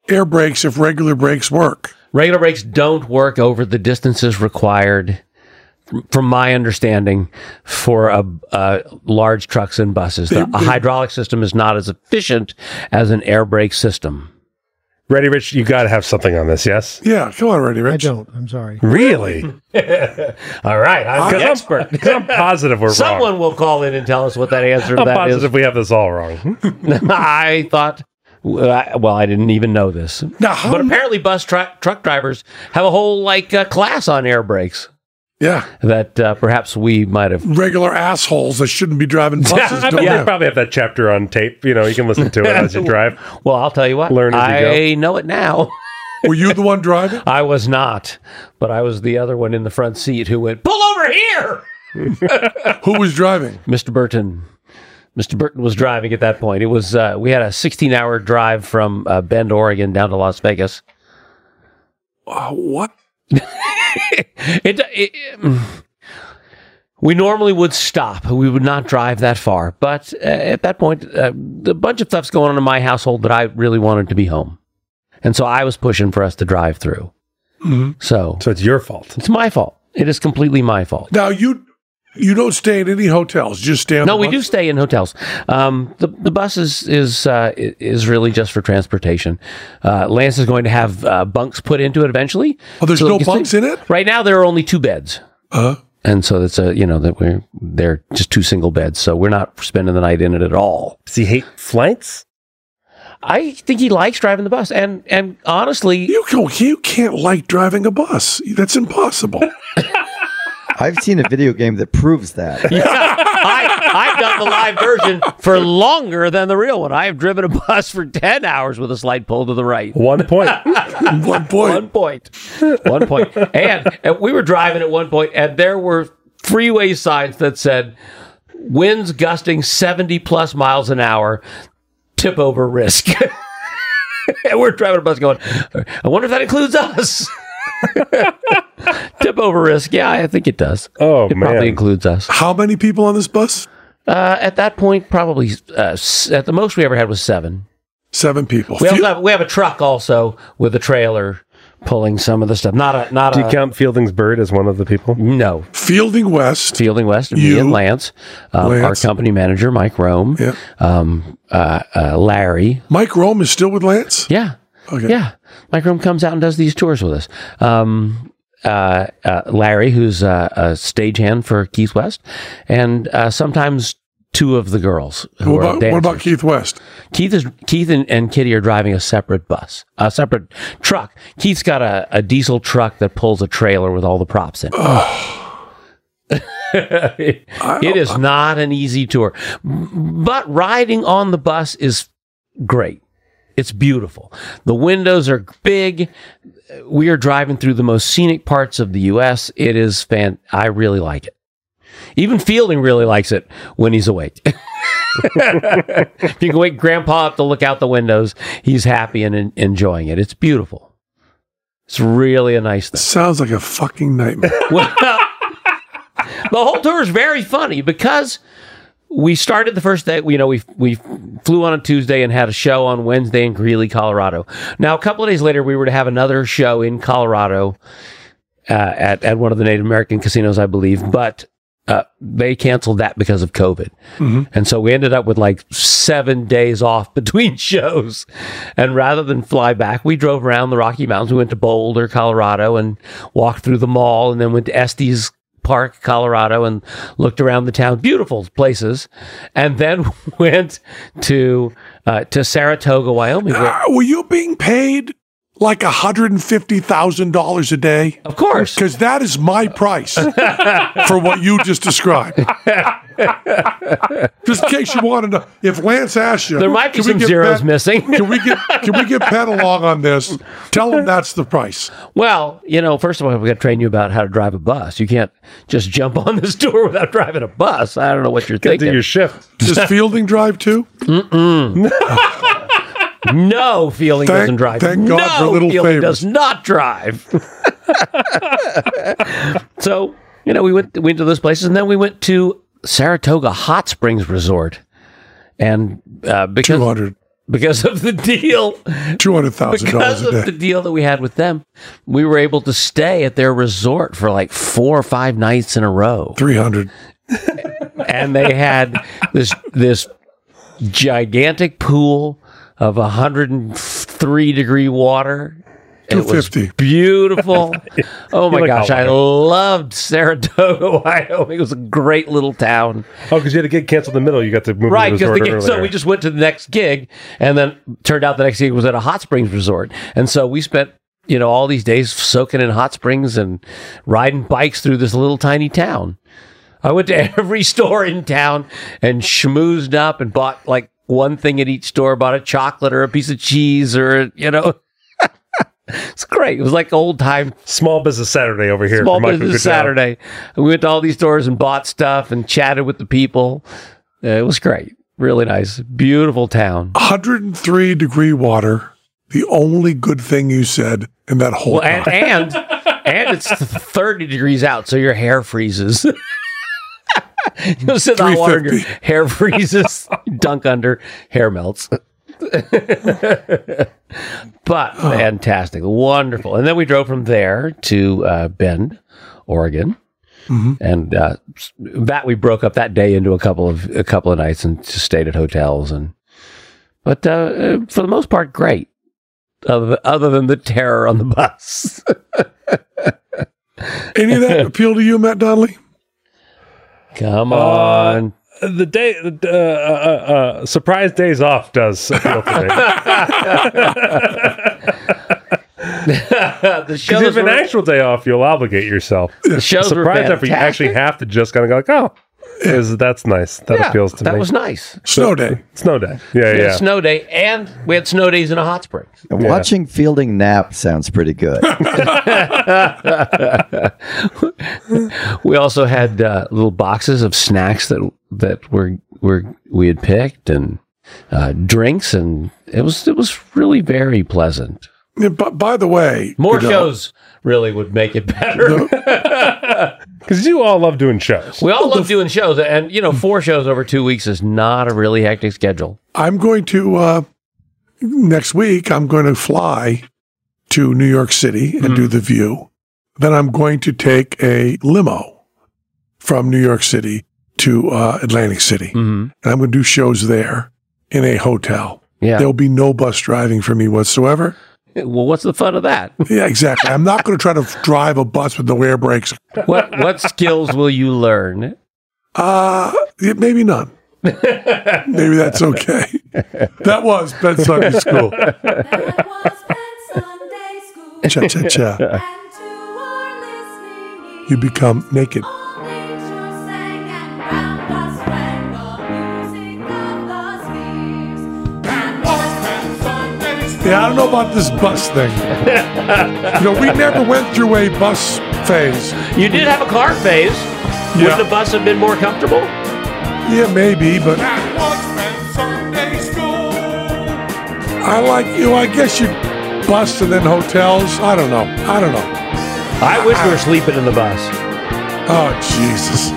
[SPEAKER 7] air brakes if regular brakes work?
[SPEAKER 3] regular brakes don't work over the distances required from- from my understanding for a, uh, large trucks and buses The- a hydraulic system is not as efficient as an air brake system
[SPEAKER 1] Ready, Rich? You got to have something on this. Yes.
[SPEAKER 7] Yeah, come on, Ready
[SPEAKER 6] I
[SPEAKER 7] Rich.
[SPEAKER 6] don't. I'm sorry.
[SPEAKER 1] Really?
[SPEAKER 3] all right i'm the
[SPEAKER 1] Because
[SPEAKER 3] expert
[SPEAKER 1] I'm, 'cause I'm positive we're wrong.
[SPEAKER 3] someone will call in and tell us what that answer to
[SPEAKER 1] I'm
[SPEAKER 3] that is
[SPEAKER 1] positive we have this all wrong.
[SPEAKER 3] i thought well I- well, I didn't even know this
[SPEAKER 7] Now, how,
[SPEAKER 3] but apparently bus tra- truck drivers have a whole like uh, class on air brakes
[SPEAKER 7] yeah,
[SPEAKER 3] that uh, perhaps we might have
[SPEAKER 7] regular assholes that shouldn't be driving buses.
[SPEAKER 1] I
[SPEAKER 7] don't
[SPEAKER 1] yeah.
[SPEAKER 7] have-
[SPEAKER 1] probably have that chapter on tape. You know, you can listen to it as you drive.
[SPEAKER 3] well i'll tell you what
[SPEAKER 1] Learn as you go.
[SPEAKER 3] i know it now
[SPEAKER 7] Were you the one driving?
[SPEAKER 3] I was not, but I was the other one in the front seat who went, pull over here.
[SPEAKER 7] Who was driving?
[SPEAKER 3] Mr. Burton. Mr. Burton was driving at that point. It was uh, we had a 16 hour drive from uh, Bend, Oregon, down to Las Vegas.
[SPEAKER 7] Uh, what?
[SPEAKER 3] It, it- mm. we normally would stop. We would not drive that far, but uh, at that point, uh, a bunch of stuff's going on in my household that I really wanted to be home, and so I was pushing for us to drive through. So
[SPEAKER 7] Mm-hmm.
[SPEAKER 1] So it's your fault.
[SPEAKER 3] it's my fault. It is completely my fault.
[SPEAKER 7] Now you you don't stay in any hotels. You just stay on
[SPEAKER 3] No,
[SPEAKER 7] the
[SPEAKER 3] we
[SPEAKER 7] bus?
[SPEAKER 3] do stay in hotels. Um, the the bus is is uh, i- is really just for transportation. Uh, Lance is going to have uh, bunks put into it eventually.
[SPEAKER 7] Oh, there's
[SPEAKER 3] So
[SPEAKER 7] no
[SPEAKER 3] you can
[SPEAKER 7] bunks
[SPEAKER 3] sleep-
[SPEAKER 7] in it?
[SPEAKER 3] Right now, there are only two beds,
[SPEAKER 7] Uh,
[SPEAKER 3] and so it's a you know that we're they're just two single beds. So we're not spending the night in it at all.
[SPEAKER 1] Does he hate flights?
[SPEAKER 3] I think he likes driving the bus, and and honestly,
[SPEAKER 7] you can you can't like driving a bus. That's impossible.
[SPEAKER 4] I've seen a video game that proves that.
[SPEAKER 3] I, I've done the live version for longer than the real one. I have driven a bus for ten hours with a slight pull to the right.
[SPEAKER 1] One point.
[SPEAKER 7] One point.
[SPEAKER 3] One point. One point. And, and we were driving at one point, and there were freeway signs that said, winds gusting 70 plus miles an hour, tip over risk. and we're driving a bus going, I wonder if that includes us. tip over risk. Yeah, I think it does.
[SPEAKER 1] Oh,
[SPEAKER 3] it
[SPEAKER 1] man.
[SPEAKER 3] probably includes us.
[SPEAKER 7] How many people on this bus?
[SPEAKER 3] Uh, at that point, probably uh, s- at the most we ever had was seven.
[SPEAKER 7] Seven people.
[SPEAKER 3] We have,
[SPEAKER 7] Few-
[SPEAKER 3] we have a truck also with a trailer pulling some of the stuff. Not a not
[SPEAKER 1] Do
[SPEAKER 3] a
[SPEAKER 1] you count Fielding's bird as one of the people?
[SPEAKER 3] No,
[SPEAKER 7] Fielding West.
[SPEAKER 3] Fielding West, me
[SPEAKER 7] You.
[SPEAKER 3] and Lance, um, our
[SPEAKER 7] Lance.
[SPEAKER 3] company manager Mike Rome,
[SPEAKER 7] Yeah.
[SPEAKER 3] um, uh, uh, Larry.
[SPEAKER 7] Mike Rome is still with Lance.
[SPEAKER 3] Yeah,
[SPEAKER 7] Okay.
[SPEAKER 3] yeah. Mike Rome comes out and does these tours with us. Um, uh, uh, Larry, who's uh, a stagehand for Keith West, and uh, sometimes two of the girls who
[SPEAKER 7] What
[SPEAKER 3] are
[SPEAKER 7] about, what
[SPEAKER 3] dancers.
[SPEAKER 7] about Keith West?
[SPEAKER 3] Keith is Keith and, and Kitty are driving a separate bus, a separate truck. Keith's got a, a diesel truck that pulls a trailer with all the props in. it It is not an easy tour, but riding on the bus is great. It's beautiful. The windows are big. We are driving through the most scenic parts of the U.S. It is fan. I really like it. Even Fielding really likes it when he's awake. If you can wake grandpa up to look out the windows, he's happy and en- enjoying it. It's beautiful. It's really a nice thing.
[SPEAKER 7] Sounds like a fucking nightmare.
[SPEAKER 3] Well, the whole tour is very funny because we started the first day. You know, we we flew on a Tuesday and had a show on Wednesday in Greeley, Colorado. Now, a couple of days later, we were to have another show in Colorado uh, at at one of the Native American casinos, I believe, but. Uh, they canceled that because of COVID.
[SPEAKER 7] Mm-hmm.
[SPEAKER 3] And so we ended up with like seven days off between shows. And rather than fly back, we drove around the Rocky Mountains. We went to Boulder, Colorado, and walked through the mall, and then went to Estes Park, Colorado, and looked around the town. Beautiful places. And then went to uh, to Saratoga, Wyoming. where-
[SPEAKER 7] Ah, were you being paid like $150,000 a day?
[SPEAKER 3] of course.
[SPEAKER 7] Because that is my price for what you just described. just in case you want to know, if Lance asks you,
[SPEAKER 3] There might be
[SPEAKER 7] "Can we
[SPEAKER 3] some
[SPEAKER 7] get
[SPEAKER 3] zeros
[SPEAKER 7] Pat-
[SPEAKER 3] missing.
[SPEAKER 7] Can we get can we get Pat along on this? Tell him that's the price.
[SPEAKER 3] Well, you know, first of all, we got to train you about how to drive a bus. You can't just jump on this tour without driving a bus. I don't know what you're
[SPEAKER 1] Do
[SPEAKER 3] thinking.
[SPEAKER 1] your shift.
[SPEAKER 7] Does Fielding drive too?
[SPEAKER 3] no, feeling
[SPEAKER 7] Thank-
[SPEAKER 3] doesn't drive.
[SPEAKER 7] thank God
[SPEAKER 3] no,
[SPEAKER 7] for little
[SPEAKER 3] feeling
[SPEAKER 7] favors.
[SPEAKER 3] does not drive. so you know, we went we went to those places, and then we went to Saratoga Hot Springs Resort, and uh, because
[SPEAKER 7] 200
[SPEAKER 3] because of the deal,
[SPEAKER 7] $200,000
[SPEAKER 3] because
[SPEAKER 7] a
[SPEAKER 3] of
[SPEAKER 7] day.
[SPEAKER 3] the deal that we had with them, we were able to stay at their resort for like four or five nights in a row.
[SPEAKER 7] 300
[SPEAKER 3] and they had this this gigantic pool of 103 degree water. It was
[SPEAKER 7] 250.
[SPEAKER 3] beautiful. Oh my
[SPEAKER 1] like
[SPEAKER 3] gosh, I
[SPEAKER 1] Hawaii.
[SPEAKER 3] loved Saratoga, Wyoming. It was a great little town.
[SPEAKER 1] Oh, because you had to get canceled in the middle. You got to move
[SPEAKER 3] Right,
[SPEAKER 1] to the
[SPEAKER 3] because
[SPEAKER 1] resort
[SPEAKER 3] the gig,
[SPEAKER 1] earlier.
[SPEAKER 3] so we just went to the next gig, and then turned out the next gig was at a hot springs resort, and so we spent you know all these days soaking in hot springs and riding bikes through this little tiny town. I went to every store in town and schmoozed up and bought like one thing at each store, bought a chocolate or a piece of cheese or you know. It's great. It was like old time
[SPEAKER 1] Small business Saturday over here.
[SPEAKER 3] small
[SPEAKER 1] for Michael
[SPEAKER 3] business
[SPEAKER 1] Goodell.
[SPEAKER 3] Saturday. We went to all these stores and bought stuff and chatted with the people. Uh, It was great. Really nice. Beautiful town.
[SPEAKER 7] 103 degree water. The only good thing you said in that whole
[SPEAKER 3] Well, and
[SPEAKER 7] time.
[SPEAKER 3] and, and it's 30 degrees out, so your hair freezes. You'll sit in hot water and your
[SPEAKER 7] 350.
[SPEAKER 3] hair freezes, dunk under, hair melts. but fantastic, wonderful. And then we drove from there to uh, Bend, Oregon,
[SPEAKER 1] Mm-hmm.
[SPEAKER 2] Mhm.
[SPEAKER 3] and uh, s- that we broke up that day into a couple of a couple of nights and just stayed at hotels and. But uh, uh, for the most part, great. Other, other than the terror on the bus,
[SPEAKER 2] Any of that appeal to you, Matt Donnelly?
[SPEAKER 1] Uh,
[SPEAKER 3] come on.
[SPEAKER 1] The day, uh, uh, uh, surprise days off does appeal to me.
[SPEAKER 3] the
[SPEAKER 1] Because if
[SPEAKER 3] shows
[SPEAKER 1] an
[SPEAKER 3] were-
[SPEAKER 1] actual day off, you'll obligate yourself.
[SPEAKER 3] the shows were
[SPEAKER 1] Surprised if you
[SPEAKER 3] fantastic.
[SPEAKER 1] actually have to just kind of go like, oh, is that's nice. That
[SPEAKER 3] Yeah,
[SPEAKER 1] appeals to
[SPEAKER 3] that
[SPEAKER 1] me.
[SPEAKER 3] was nice.
[SPEAKER 2] Snow day.
[SPEAKER 1] snow day. Yeah,
[SPEAKER 3] We had
[SPEAKER 1] yeah.
[SPEAKER 3] snow day, and we had snow days in a hot spring.
[SPEAKER 4] Watching Fielding nap sounds pretty good.
[SPEAKER 3] We also had uh, little boxes of snacks that that were were we had picked and uh, drinks, and it was it was really very pleasant.
[SPEAKER 2] Yeah, but by the way,
[SPEAKER 3] More
[SPEAKER 2] you know,
[SPEAKER 3] shows really would make it better.
[SPEAKER 1] Because you all love doing shows.
[SPEAKER 3] we all love doing shows, and you know, four shows over two weeks is not a really hectic schedule.
[SPEAKER 2] I'm going to uh, next week. I'm going to fly to New York City and
[SPEAKER 3] Mm-hmm.
[SPEAKER 2] do the View. Then I'm going to take a limo from New York City to uh, Atlantic City,
[SPEAKER 3] Mm-hmm.
[SPEAKER 2] and I'm going to do shows there in a hotel.
[SPEAKER 3] Yeah.
[SPEAKER 2] There will be no bus driving for me whatsoever.
[SPEAKER 3] Well, what's the fun of that?
[SPEAKER 2] Yeah, exactly. I'm not going to try to drive a bus with no air brakes.
[SPEAKER 3] what what skills will you learn?
[SPEAKER 2] Uh, yeah, maybe none. maybe that's okay. That was Ben Sunday School.
[SPEAKER 8] That was Penn Sunday School.
[SPEAKER 2] Cha cha cha.
[SPEAKER 8] And to our listening
[SPEAKER 2] You become naked.
[SPEAKER 8] All nature sang and round us rang the music of the spheres. That was Penn Sunday School.
[SPEAKER 2] Yeah, I don't know about this bus thing. you know, we never went through a bus phase.
[SPEAKER 3] You did have a car phase.
[SPEAKER 2] Yeah.
[SPEAKER 3] Would the bus have been more comfortable?
[SPEAKER 2] Yeah, maybe, but I like you. Know, I guess you bus and then hotels. I don't know. I don't know.
[SPEAKER 3] I wish we were sleeping in the bus.
[SPEAKER 2] Oh Jesus!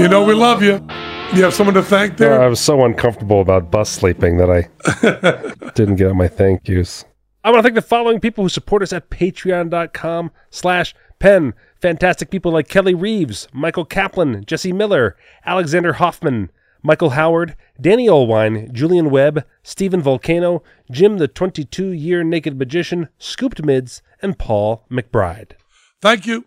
[SPEAKER 2] you know we love you. You have someone to thank
[SPEAKER 1] I
[SPEAKER 2] there.
[SPEAKER 1] was so uncomfortable about bus sleeping that I didn't get out my thank yous. I want to thank the following people who support us at patreon.com slash pen. Fantastic people like Kelly Reeves, Michael Kaplan, Jesse Miller, Alexander Hoffman, Michael Howard, Danny Olwine, Julian Webb, Stephen Volcano, Jim the 22-year naked magician, Scooped Mids, and Paul McBride.
[SPEAKER 2] Thank you.